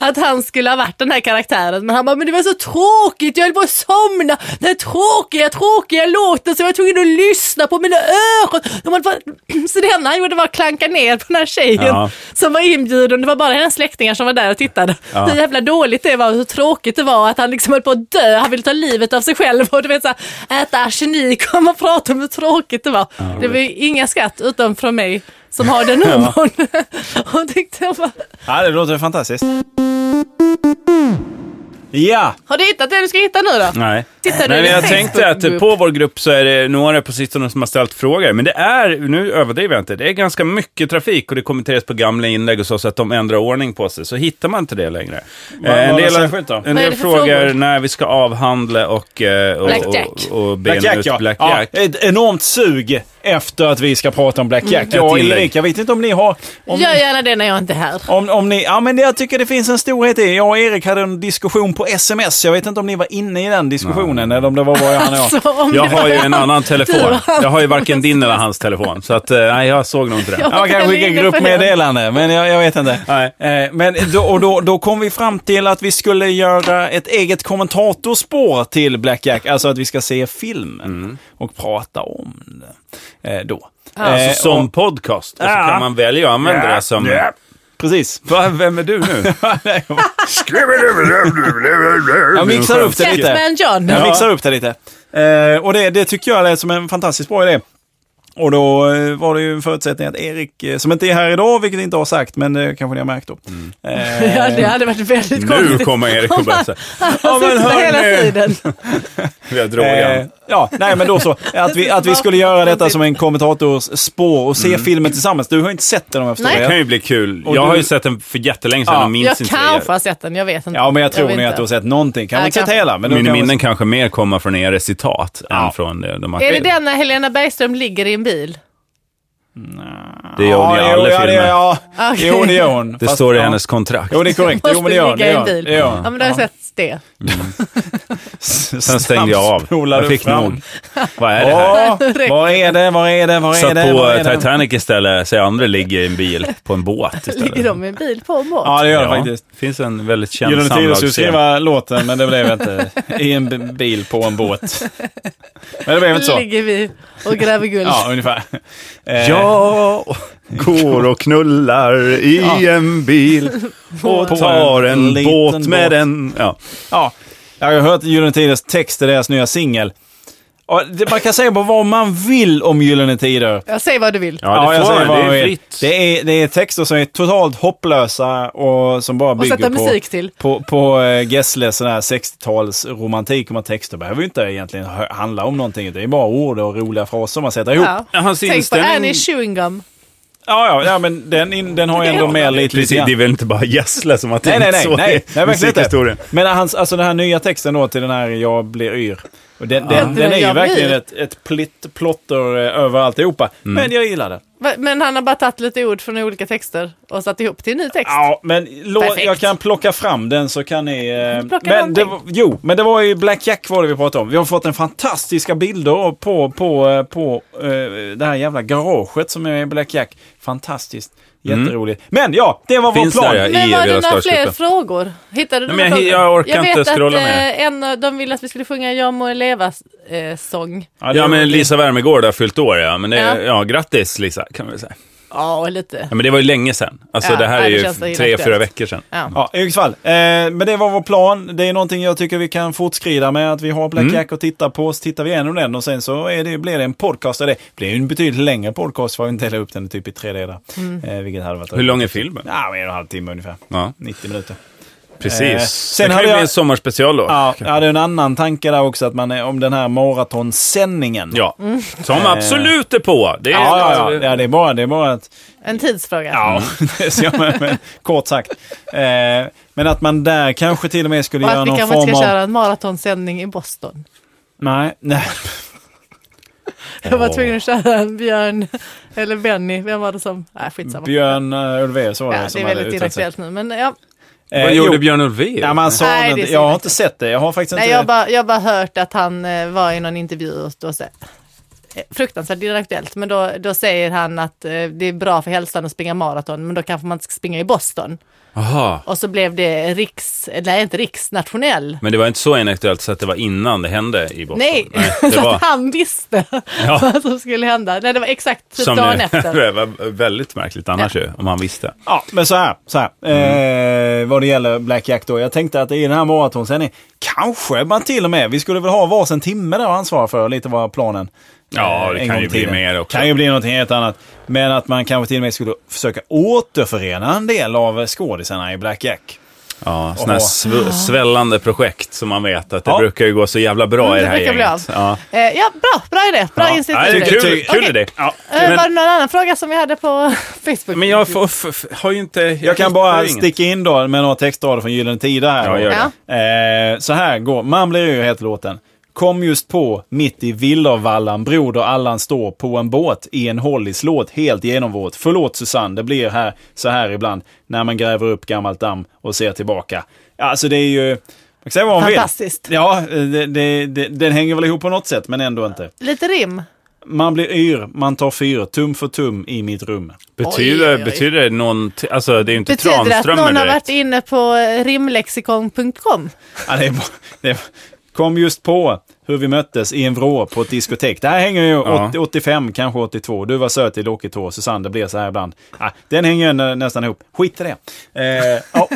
[SPEAKER 3] att han skulle ha varit den här karaktären. Men han bara, men det var så tråkigt, jag höll på att somna. Den här tråkiga, tråkiga låten så jag var tvungen att lyssna på mina öron. De hade bara- <clears throat> Så det enda han gjorde var att klanka ner på den här tjejen
[SPEAKER 1] Ja.
[SPEAKER 3] som var inbjuden. Det var bara hennes släktingar som var där och tittade.
[SPEAKER 1] Ja.
[SPEAKER 3] Hur jävla dåligt det var, hur tråkigt det var att han liksom höll på att dö. Han ville ta livet av sig själv och du vet så här, äta arsenik och man pratar om hur tråkigt det var. det var ju inga skratt utom från mig som
[SPEAKER 1] <laughs>
[SPEAKER 3] har den humorn. <laughs> och tyckte jag bara,
[SPEAKER 2] Ja, det låter fantastiskt. Ja,
[SPEAKER 3] har du hittat det du ska hitta nu då?
[SPEAKER 1] Nej.
[SPEAKER 3] Tittar du
[SPEAKER 1] Nej,
[SPEAKER 3] i
[SPEAKER 1] men jag
[SPEAKER 3] din
[SPEAKER 1] tänkte att
[SPEAKER 2] eh,
[SPEAKER 3] Facebookgrupp?
[SPEAKER 1] Eh, på vår grupp så är det några på sistone som har ställt frågor. Men det är, nu överdriver jag inte, det är ganska mycket trafik och det kommenteras på gamla inlägg och så, så att de ändrar ordning på sig. Så hittar man inte det längre.
[SPEAKER 2] Vad-
[SPEAKER 1] Eh,
[SPEAKER 2] vad
[SPEAKER 1] en
[SPEAKER 2] är det
[SPEAKER 1] del,
[SPEAKER 2] särskilt då?
[SPEAKER 1] en
[SPEAKER 3] Vad är
[SPEAKER 1] del
[SPEAKER 3] det för
[SPEAKER 1] frågar
[SPEAKER 3] frågor?
[SPEAKER 1] när vi ska avhandla och, eh, och,
[SPEAKER 3] Blackjack.
[SPEAKER 1] och, och bena
[SPEAKER 2] Blackjack
[SPEAKER 1] ut
[SPEAKER 2] ja.
[SPEAKER 1] Blackjack.
[SPEAKER 2] ja. Ett enormt sug efter att vi ska prata om
[SPEAKER 3] Mm.
[SPEAKER 2] Blackjack. Jag och
[SPEAKER 1] Ett inlägg.
[SPEAKER 2] Erik, jag vet inte om ni har... Om,
[SPEAKER 3] Gör gärna det när jag inte är här.
[SPEAKER 2] Om, om ni, ja men det- jag tycker det finns en storhet i. Jag och Erik hade en diskussion på sms. Jag vet inte om ni var inne i den diskussionen eller om det var bara han
[SPEAKER 3] <laughs>
[SPEAKER 2] och jag.
[SPEAKER 3] Så om
[SPEAKER 1] Jag
[SPEAKER 3] det
[SPEAKER 1] har
[SPEAKER 3] var
[SPEAKER 1] ju
[SPEAKER 3] jag-
[SPEAKER 1] en annan telefon.
[SPEAKER 3] <laughs> Du har-
[SPEAKER 1] Jag har ju varken din
[SPEAKER 3] <laughs>
[SPEAKER 1] eller hans telefon. Så att, eh, nej, jag såg nog inte det.
[SPEAKER 2] Ja, man
[SPEAKER 3] Jag
[SPEAKER 2] kan skicka
[SPEAKER 3] ligger på
[SPEAKER 2] gruppmeddelande, men jag, jag vet inte.
[SPEAKER 1] Nej.
[SPEAKER 2] Eh, Men då, och då, då kom vi fram till att vi skulle göra ett eget kommentatorspår till Blackjack, alltså att vi ska se filmen och prata om det. Eh, Då. Eh,
[SPEAKER 1] Alltså, som
[SPEAKER 2] och,
[SPEAKER 1] podcast. Och så
[SPEAKER 2] Ja.
[SPEAKER 1] kan man välja att använda det som...
[SPEAKER 2] Ja. precis.
[SPEAKER 1] Va, vem är du nu?
[SPEAKER 2] Jag mixar upp det lite.
[SPEAKER 3] Catman John.
[SPEAKER 2] Jag mixar upp det lite. Eh, och det, det tycker jag lät som en fantastiskt bra idé. Och då eh, var det ju en förutsättning att Erik, eh, som inte är här idag, vilket jag inte har sagt, men det kanske ni har märkt då. Eh,
[SPEAKER 3] <laughs> Ja, det hade varit väldigt
[SPEAKER 1] Nu
[SPEAKER 3] konstigt.
[SPEAKER 1] kommer Erik och börjar säga,
[SPEAKER 3] <laughs> Han
[SPEAKER 2] men
[SPEAKER 3] sitter
[SPEAKER 2] hörni.
[SPEAKER 3] hela tiden.
[SPEAKER 1] vi har drogan.
[SPEAKER 2] Eh, ja, nej men då så. Att vi, att vi skulle
[SPEAKER 3] <laughs>
[SPEAKER 2] göra detta som en kommentators spår och se
[SPEAKER 1] Mm.
[SPEAKER 2] filmen tillsammans. Du har inte sett den om jag förstår
[SPEAKER 3] Nej.
[SPEAKER 1] Det
[SPEAKER 2] det rätt.
[SPEAKER 1] kan ju bli kul.
[SPEAKER 2] Och
[SPEAKER 1] jag
[SPEAKER 2] du-
[SPEAKER 1] har ju sett den för jättelänge sedan
[SPEAKER 2] Ja.
[SPEAKER 1] och minns
[SPEAKER 3] Jag
[SPEAKER 1] inte vad
[SPEAKER 3] kanske
[SPEAKER 1] jag-
[SPEAKER 3] har sett den, jag vet inte.
[SPEAKER 2] Ja, men jag tror
[SPEAKER 3] vet
[SPEAKER 2] nog att
[SPEAKER 3] inte.
[SPEAKER 2] du har sett någonting. Kanske
[SPEAKER 3] Ja,
[SPEAKER 2] inte sett
[SPEAKER 3] kanske.
[SPEAKER 2] hela, men du
[SPEAKER 1] Mina
[SPEAKER 2] kan
[SPEAKER 1] minnen kanske mer kommer från era citat än från eh, de här
[SPEAKER 3] Är det
[SPEAKER 1] filmerna.
[SPEAKER 3] den när Helena Bergström ligger i en bil?
[SPEAKER 1] Det gör hon i
[SPEAKER 2] Ja,
[SPEAKER 1] alla
[SPEAKER 2] jo, ja, det
[SPEAKER 1] filmer.
[SPEAKER 2] gör- ja.
[SPEAKER 3] Okej.
[SPEAKER 2] Jo, det gör hon.
[SPEAKER 1] Det
[SPEAKER 2] Fast-
[SPEAKER 1] står i
[SPEAKER 2] ja.
[SPEAKER 1] hennes kontrakt.
[SPEAKER 2] Jo, det är korrekt. Jo, men det gör
[SPEAKER 3] Måste ligga
[SPEAKER 2] det
[SPEAKER 3] i
[SPEAKER 2] gör-
[SPEAKER 3] en bil.
[SPEAKER 2] det gör
[SPEAKER 3] Ja, men då har jag sett det.
[SPEAKER 2] <laughs>
[SPEAKER 1] Sen stängde jag av.
[SPEAKER 2] Snabbspolar
[SPEAKER 1] Jag
[SPEAKER 2] du
[SPEAKER 1] fick
[SPEAKER 2] fram.
[SPEAKER 1] nog. Vad är det här?
[SPEAKER 2] Ja, var är det, var är det, var är
[SPEAKER 1] Satt
[SPEAKER 2] det?
[SPEAKER 1] på
[SPEAKER 2] var är
[SPEAKER 1] eh,
[SPEAKER 2] det?
[SPEAKER 1] Titanic istället, ser andra ligga i en bil på en båt istället.
[SPEAKER 3] Ligger de i en bil på en båt?
[SPEAKER 2] Ja, det gör det
[SPEAKER 1] Ja,
[SPEAKER 2] faktiskt.
[SPEAKER 1] det finns en väldigt känd
[SPEAKER 2] Gyllene Tider
[SPEAKER 1] samlagsscen.
[SPEAKER 2] skulle skriva låten, men det blev inte. I en b- bil på en båt. Men det blev inte så.
[SPEAKER 3] Ligger vi och gräver guld.
[SPEAKER 2] Ja, ungefär. Eh,
[SPEAKER 1] Jag
[SPEAKER 2] <laughs>
[SPEAKER 1] går och knullar i
[SPEAKER 2] Ja.
[SPEAKER 1] en
[SPEAKER 2] <laughs>
[SPEAKER 1] bil och
[SPEAKER 2] På
[SPEAKER 1] tar
[SPEAKER 2] en
[SPEAKER 1] en
[SPEAKER 2] liten
[SPEAKER 1] båt med
[SPEAKER 2] båt.
[SPEAKER 1] en... Ja.
[SPEAKER 2] Ja, jag har hört Gyllene Tiders text i deras nya singel. Och det- Man kan säga på vad man vill om Gyllene Tider.
[SPEAKER 3] Jag säger vad du vill.
[SPEAKER 1] ja, det
[SPEAKER 2] jag
[SPEAKER 1] får
[SPEAKER 2] säger vad
[SPEAKER 1] man.
[SPEAKER 2] man
[SPEAKER 1] Det är
[SPEAKER 2] vill.
[SPEAKER 1] fritt.
[SPEAKER 2] Det är, det är texter som är totalt hopplösa och som bara
[SPEAKER 3] Och
[SPEAKER 2] bygger
[SPEAKER 3] sätta
[SPEAKER 2] på...
[SPEAKER 3] musik till.
[SPEAKER 2] På, på eh, Gessle sån här 60-talsromantik och man texter behöver ju inte egentligen hö- handla om någonting. Det är bara ord och roliga fraser man sätter ihop. Ja,
[SPEAKER 3] Ja.
[SPEAKER 1] Hans
[SPEAKER 3] Tänk
[SPEAKER 1] inställning-
[SPEAKER 3] på Annie Chewing Gum.
[SPEAKER 2] ja, ja men den, in, den har ju ändå med lite
[SPEAKER 1] Precis,
[SPEAKER 2] grann.
[SPEAKER 1] det är väl inte bara Gessle som har
[SPEAKER 2] Nej,
[SPEAKER 1] tänkt
[SPEAKER 2] nej, nej.
[SPEAKER 1] så i
[SPEAKER 2] nej, nej verkligen
[SPEAKER 1] musikhistorien.
[SPEAKER 2] inte. Men hans, alltså den här nya texten då till den här Jag blir yr. Och den, den, den är ju
[SPEAKER 3] Jag blir
[SPEAKER 2] verkligen
[SPEAKER 3] yr.
[SPEAKER 2] ett, ett plitt plotter eh, över alltihopa.
[SPEAKER 1] Mm.
[SPEAKER 2] Men jag gillar den.
[SPEAKER 3] Va- Men han har bara tagit lite ord från olika texter och satt ihop till en ny text.
[SPEAKER 2] Ja, men lå,
[SPEAKER 3] Perfekt.
[SPEAKER 2] jag kan plocka fram den så kan ni... eh,
[SPEAKER 3] plocka
[SPEAKER 2] Men det, var-
[SPEAKER 3] någonting.
[SPEAKER 2] jo, men det var ju Black Jack var det vi pratade om. Vi har fått en fantastiska bilder på, på, eh, på eh, det här jävla garaget som är i Black Jack. Fantastiskt. Jätteroligt. Men ja, det var
[SPEAKER 1] Mm. Finns
[SPEAKER 2] vår plan.
[SPEAKER 1] där, ja.
[SPEAKER 3] Men
[SPEAKER 1] i
[SPEAKER 3] var det
[SPEAKER 1] deras
[SPEAKER 3] några fler
[SPEAKER 1] startgruppen.
[SPEAKER 3] frågor? Hittade du
[SPEAKER 1] Nej, men
[SPEAKER 3] några
[SPEAKER 1] jag-
[SPEAKER 3] frågor?
[SPEAKER 1] jag orkar
[SPEAKER 3] vet
[SPEAKER 1] inte
[SPEAKER 3] att,
[SPEAKER 1] scrolla
[SPEAKER 3] eh,
[SPEAKER 1] mer.
[SPEAKER 3] En, av- de ville att vi skulle sjunga Jag må eh, leva-sång.
[SPEAKER 2] Ja, det Mm.
[SPEAKER 1] Ja,
[SPEAKER 2] var-
[SPEAKER 1] men Lisa Wärmegård har fyllt år, ja. Men det,
[SPEAKER 3] Ja.
[SPEAKER 1] ja. ja, grattis Lisa, kan vi säga.
[SPEAKER 3] ja, och lite.
[SPEAKER 1] Ja, men det var ju länge sedan. Alltså
[SPEAKER 3] Ja,
[SPEAKER 1] det här
[SPEAKER 3] nej,
[SPEAKER 1] är
[SPEAKER 3] det
[SPEAKER 1] ju
[SPEAKER 3] känns ju
[SPEAKER 1] tre,
[SPEAKER 3] inaktuellt.
[SPEAKER 1] fyra veckor sedan.
[SPEAKER 3] Ja.
[SPEAKER 2] Ja, i vilket fall. Eh, men det var vår plan. Det är någonting jag tycker vi kan fortskrida med. Att vi har Black Jack att titta på. Så tittar vi igenom den och sen så är det, blir det en podcast. av Det Det blir ju en betydligt längre podcast för att inte dela upp den typ i tre delar.
[SPEAKER 3] Mm.
[SPEAKER 2] Eh, vilket hade varit...
[SPEAKER 1] Hur lång är filmen?
[SPEAKER 2] Ja, men en och en halv timme ungefär.
[SPEAKER 1] Ja,
[SPEAKER 2] 90 minuter.
[SPEAKER 1] precis.
[SPEAKER 2] Eh, sen
[SPEAKER 1] sen det kan
[SPEAKER 2] hade
[SPEAKER 1] ju
[SPEAKER 2] jag-
[SPEAKER 1] bli en sommarspecial då.
[SPEAKER 2] Ja, jag hade en annan tanke där också. Att man är, om den här maratonsändningen.
[SPEAKER 1] Ja,
[SPEAKER 3] Mm.
[SPEAKER 1] som absolut är på. Det är,
[SPEAKER 2] Eh. Ja, ja, ja. ja det, är bara, det är bara att...
[SPEAKER 3] En tidsfråga.
[SPEAKER 2] Ja, <laughs> det ser man, men, kort sagt. Eh, men att man där kanske till och med skulle
[SPEAKER 3] Och
[SPEAKER 2] göra
[SPEAKER 3] att vi
[SPEAKER 2] någon
[SPEAKER 3] kanske inte
[SPEAKER 2] form
[SPEAKER 3] ska
[SPEAKER 2] av...
[SPEAKER 3] köra en maratonsändning i Boston.
[SPEAKER 2] Nej, nej.
[SPEAKER 3] Jag var tvungen att köra en Björn, eller Benny, vem var det som... Nej, skitsamma.
[SPEAKER 2] Björn eh, Ulvaeus var det
[SPEAKER 3] ja, det
[SPEAKER 2] som
[SPEAKER 3] är
[SPEAKER 2] hade
[SPEAKER 3] väldigt
[SPEAKER 2] uttalat sig.
[SPEAKER 3] inaktuellt nu, men ja.
[SPEAKER 2] Eh,
[SPEAKER 1] Vad gjorde
[SPEAKER 2] jo,
[SPEAKER 1] Björn Ulvaeus?
[SPEAKER 2] Ja, man sa
[SPEAKER 3] Nej,
[SPEAKER 2] Nej,
[SPEAKER 3] det är
[SPEAKER 2] inte,
[SPEAKER 3] så
[SPEAKER 2] jag har
[SPEAKER 3] inaktuellt.
[SPEAKER 2] inte sett det. Jag har faktiskt
[SPEAKER 3] Nej,
[SPEAKER 2] inte...
[SPEAKER 3] jag har bara, jag bara hört att han eh, var i någon intervju och då sa, eh, fruktansvärt inaktuellt, men då, då säger han att eh, det är bra för hälsan att springa maraton, men då kanske man inte ska springa i Boston.
[SPEAKER 1] Aha.
[SPEAKER 3] Och så blev det riks, nej inte riksnationell.
[SPEAKER 1] Men det var inte så inaktuellt så att det var innan det hände i Boston?
[SPEAKER 3] Nej,
[SPEAKER 1] det
[SPEAKER 3] <laughs> så
[SPEAKER 1] var
[SPEAKER 3] att han visste <laughs>
[SPEAKER 1] Ja.
[SPEAKER 3] vad som skulle hända. Nej, det var exakt typ
[SPEAKER 1] som
[SPEAKER 3] dagen
[SPEAKER 1] nu- <laughs>
[SPEAKER 3] efter.
[SPEAKER 1] det var väldigt märkligt annars ju, om han visste.
[SPEAKER 2] Ja, men så här. Så här.
[SPEAKER 1] Mm.
[SPEAKER 2] Eh, vad det gäller Black Jack då. Jag tänkte att i den här maratonsändningen kanske man till och med, vi skulle väl ha varsin timme där att ansvara för, lite var planen. Eh,
[SPEAKER 1] Ja, det
[SPEAKER 2] en
[SPEAKER 1] kan
[SPEAKER 2] gång
[SPEAKER 1] ju
[SPEAKER 2] i
[SPEAKER 1] bli
[SPEAKER 2] tiden.
[SPEAKER 1] mer också.
[SPEAKER 2] kan ju bli någonting helt annat. Men att man kanske till och med skulle försöka återförena en del av skådisarna i Black Jack.
[SPEAKER 1] Ja, sådana här
[SPEAKER 2] Oho.
[SPEAKER 1] sv- svällande projekt som man vet att det
[SPEAKER 2] Ja.
[SPEAKER 1] brukar ju gå så jävla bra
[SPEAKER 3] Mm,
[SPEAKER 1] i
[SPEAKER 3] det
[SPEAKER 1] det här
[SPEAKER 3] brukar bli
[SPEAKER 1] gänget.
[SPEAKER 3] av.
[SPEAKER 1] Ja.
[SPEAKER 3] Eh, ja, bra, bra idé, bra
[SPEAKER 2] Ja.
[SPEAKER 1] Nej,
[SPEAKER 3] initiativ.
[SPEAKER 1] det är
[SPEAKER 2] Tycker-
[SPEAKER 1] kul, kul
[SPEAKER 3] Okej.
[SPEAKER 1] idé.
[SPEAKER 2] Ja,
[SPEAKER 3] Eh,
[SPEAKER 1] Men-
[SPEAKER 3] Var det någon annan fråga som vi hade på <laughs> Facebook?
[SPEAKER 1] Men jag får- f- f- har ju inte...
[SPEAKER 2] Jag kan
[SPEAKER 1] hittar
[SPEAKER 2] bara
[SPEAKER 1] ju inget.
[SPEAKER 2] sticka in då med några textrader från Gyllene Tider här.
[SPEAKER 1] Ja, gör det.
[SPEAKER 2] Eh, så här går Man blir ju heter låten. Kom just på, mitt i villervallan, broder Allan står på en båt i en hollis låt helt genomvåt. Förlåt Susanne, det blir här så här ibland när man gräver upp gammalt damm och ser tillbaka. Ja, Alltså det är ju... Man kan säga vad man vill.
[SPEAKER 3] Fantastiskt.
[SPEAKER 2] Ja, eh, det, det, det, den hänger väl ihop på något sätt, men ändå inte.
[SPEAKER 3] Lite rim.
[SPEAKER 2] Man blir yr, man tar fyr, tum för tum i mitt rum.
[SPEAKER 1] Betyder,
[SPEAKER 3] Oj, oj, oj.
[SPEAKER 1] betyder det någon... t- Alltså, det är ju inte
[SPEAKER 3] Betyder det att
[SPEAKER 1] Tranströmer
[SPEAKER 3] någon har
[SPEAKER 1] direkt.
[SPEAKER 3] varit inne på eh, rimlexikon.com?
[SPEAKER 2] Ja, det är, bara- det är, kom just på hur vi möttes i en vrå på ett diskotek. Det här hänger ju
[SPEAKER 1] Ja.
[SPEAKER 2] 80, 85, kanske 82. Du var söt i lockigt hår, Susanne, det blir så här ibland. Ah, den hänger ju nä, nästan ihop. Skit i det. Eh,
[SPEAKER 1] <laughs>
[SPEAKER 2] ja.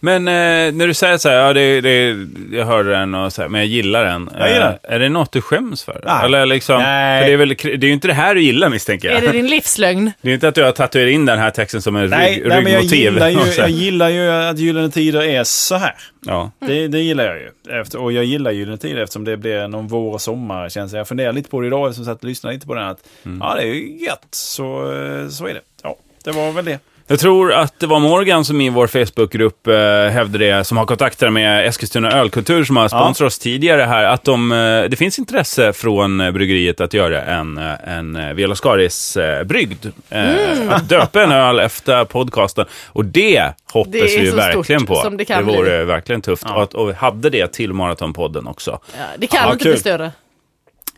[SPEAKER 1] Men eh, när du säger så här, ja, det, det, jag hörde den och så här, men jag gillar den.
[SPEAKER 2] Jag gillar den.
[SPEAKER 1] Eh, är det något du skäms för?
[SPEAKER 2] Nej.
[SPEAKER 1] Eller liksom,
[SPEAKER 2] Nej.
[SPEAKER 1] För det, är väl, det är ju inte det här du gillar misstänker jag.
[SPEAKER 3] Är det din livslögn?
[SPEAKER 1] <laughs> Det är inte att du har tatuerat in den här texten som en
[SPEAKER 2] nej,
[SPEAKER 1] rygg,
[SPEAKER 2] nej, men jag
[SPEAKER 1] ryggmotiv. <laughs>
[SPEAKER 2] gillar, ju,
[SPEAKER 1] Och så här.
[SPEAKER 2] jag gillar ju att Gyllene Tider är så här.
[SPEAKER 1] ja.
[SPEAKER 2] Det, det gillar jag ju. Efter, och jag gillar Gyllene Tider eftersom det blir någon vår och sommar. Känns det. Jag funderar lite på det idag,
[SPEAKER 1] Mm.
[SPEAKER 2] som satt och lyssnade lite på den. Att, Ja, det är ju gött. Så, eh, så är det. Ja, det var väl det.
[SPEAKER 1] Jag tror att det var Morgan som i vår Facebookgrupp eh, hävdade det, som har kontakter med Eskilstuna Ölkultur som har sponsrat oss tidigare här, att de, eh, det finns intresse från eh, bryggeriet att göra en, eh, en eh, Viola Skaris-brygd. Eh,
[SPEAKER 3] Mm.
[SPEAKER 1] Att döpa en öl efter podcasten. Och det hoppas
[SPEAKER 3] Det är
[SPEAKER 1] vi
[SPEAKER 3] så
[SPEAKER 1] verkligen
[SPEAKER 3] stort
[SPEAKER 1] på.
[SPEAKER 3] som det kan
[SPEAKER 1] det
[SPEAKER 3] bli.
[SPEAKER 1] vore verkligen tufft. Och, att, och vi hade det till Maratonpodden också.
[SPEAKER 3] Ja, det kan
[SPEAKER 1] Ja,
[SPEAKER 3] inte
[SPEAKER 1] kul.
[SPEAKER 3] bli större.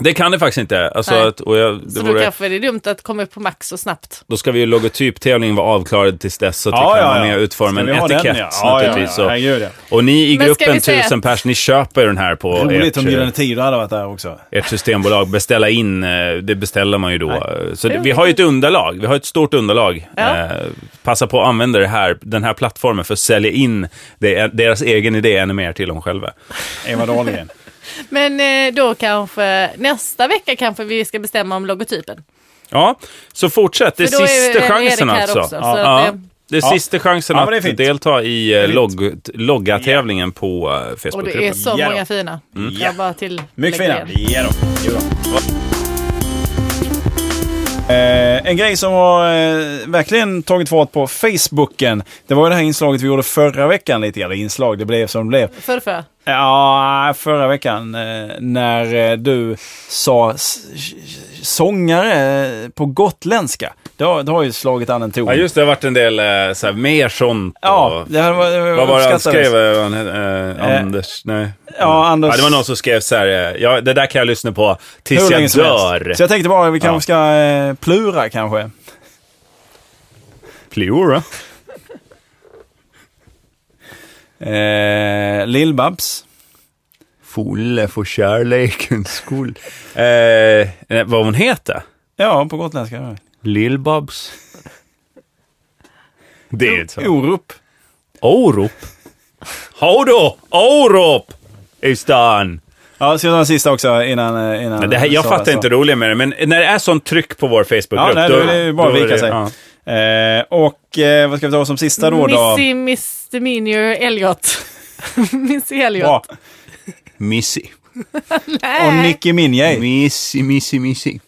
[SPEAKER 1] Det kan det faktiskt inte. Alltså,
[SPEAKER 3] Nej.
[SPEAKER 1] att, och jag, det
[SPEAKER 3] Så
[SPEAKER 1] vore...
[SPEAKER 3] då kanske det är dumt att komma upp på max så snabbt.
[SPEAKER 1] Då ska vi ju logotyptävlingen vara avklarad tills dess, så att vi kan vara med och utforma
[SPEAKER 2] Ska
[SPEAKER 1] en
[SPEAKER 2] vi ha
[SPEAKER 1] etikett
[SPEAKER 2] den, ja? Ja,
[SPEAKER 1] naturligtvis.
[SPEAKER 2] Ja, ja,
[SPEAKER 1] Och-
[SPEAKER 2] herregud, ja.
[SPEAKER 1] Och ni i
[SPEAKER 3] Men ska
[SPEAKER 1] gruppen
[SPEAKER 3] vi säga
[SPEAKER 1] tusen
[SPEAKER 3] att-
[SPEAKER 1] pers, ni köper den här på
[SPEAKER 2] Roligt om Gyllene
[SPEAKER 1] ert,
[SPEAKER 2] Tider hade varit där också.
[SPEAKER 1] ert systembolag. Beställa in, eh, det beställer man ju då. Så det,
[SPEAKER 3] Jo,
[SPEAKER 1] vi
[SPEAKER 3] det
[SPEAKER 1] har ju
[SPEAKER 3] kan-
[SPEAKER 1] ett underlag, vi har ett stort underlag.
[SPEAKER 3] Ja.
[SPEAKER 1] Eh, passa på att använda det här, den här plattformen för att sälja in det, deras egen idé ännu mer till dem själva.
[SPEAKER 2] Eva Dahlgren.
[SPEAKER 3] Men eh, då kanske nästa vecka kanske vi ska bestämma om logotypen.
[SPEAKER 1] Ja, så fortsätt. Det är
[SPEAKER 3] För då är
[SPEAKER 1] sista
[SPEAKER 3] väl Erik
[SPEAKER 1] chansen
[SPEAKER 3] här
[SPEAKER 1] alltså.
[SPEAKER 3] också, så
[SPEAKER 1] ja.
[SPEAKER 3] att
[SPEAKER 1] Ja.
[SPEAKER 3] det-
[SPEAKER 1] Det är
[SPEAKER 2] Ja.
[SPEAKER 1] sista chansen
[SPEAKER 2] Ja, men det är
[SPEAKER 1] att
[SPEAKER 2] fint.
[SPEAKER 1] delta i eh,
[SPEAKER 2] fint.
[SPEAKER 1] logg, loggatävlingen på eh,
[SPEAKER 3] Och det är
[SPEAKER 1] Facebookgruppen.
[SPEAKER 3] så
[SPEAKER 2] Ja då. Mm.
[SPEAKER 3] många fina. Jag bara till
[SPEAKER 2] Mycket
[SPEAKER 3] lägger
[SPEAKER 2] fina.
[SPEAKER 3] igen.
[SPEAKER 2] Ja då. Jo då. Eh, en grej som har eh, verkligen tagit fart på Facebooken, det var ju det här inslaget vi gjorde förra veckan lite grann. Inslag, det blev som det blev.
[SPEAKER 3] För, för.
[SPEAKER 2] Ja, förra veckan eh, när eh, du sa s- s- sångare eh, på gotländska. Det har, det har ju slagit an en ton.
[SPEAKER 1] Ja, just det. Det har varit en del eh, så här, mer sånt.
[SPEAKER 2] Ja,
[SPEAKER 1] och-
[SPEAKER 2] det här var,
[SPEAKER 1] Vad var det han
[SPEAKER 2] uppskattades.
[SPEAKER 1] skrev? eh, han hette, eh,
[SPEAKER 2] Eh,
[SPEAKER 1] Anders? Nej. Mm.
[SPEAKER 2] Ja, Anders.
[SPEAKER 1] Ja, det var någon som skrev så här, eh, ja, det där kan jag lyssna på
[SPEAKER 2] Hur
[SPEAKER 1] tills
[SPEAKER 2] länge
[SPEAKER 1] jag
[SPEAKER 2] som
[SPEAKER 1] dör.
[SPEAKER 2] helst. Så jag tänkte bara, vi
[SPEAKER 1] Ja.
[SPEAKER 2] kanske ska eh, plura kanske.
[SPEAKER 1] Plura.
[SPEAKER 2] Eh, Lill-Babs.
[SPEAKER 1] Fulle för kärlekens skull. Eh, eh, vad hon heter?
[SPEAKER 2] Ja, på gotländska.
[SPEAKER 1] Lill-Babs. Det är ett sånt.
[SPEAKER 2] Orup.
[SPEAKER 1] Orup? Howdo! Orup! I stan.
[SPEAKER 2] Ja, så jag tar den sista också innan... eh, innan
[SPEAKER 1] Det här, jag
[SPEAKER 2] så-
[SPEAKER 1] fattar
[SPEAKER 2] så.
[SPEAKER 1] inte det roliga med det, men när det är sånt tryck på vår Facebookgrupp.
[SPEAKER 2] Ja, nej, då är det ju bara att
[SPEAKER 1] då är
[SPEAKER 2] vika
[SPEAKER 1] det-
[SPEAKER 2] sig.
[SPEAKER 1] ja.
[SPEAKER 2] Eh, och eh, vad ska vi ta som sista då? då?
[SPEAKER 3] Missy Misdemeanor Elliot. <laughs> Missy Elliot.
[SPEAKER 2] Bra.
[SPEAKER 1] Missy.
[SPEAKER 2] Och Nicki Minaj.
[SPEAKER 1] Missy, missy, missy.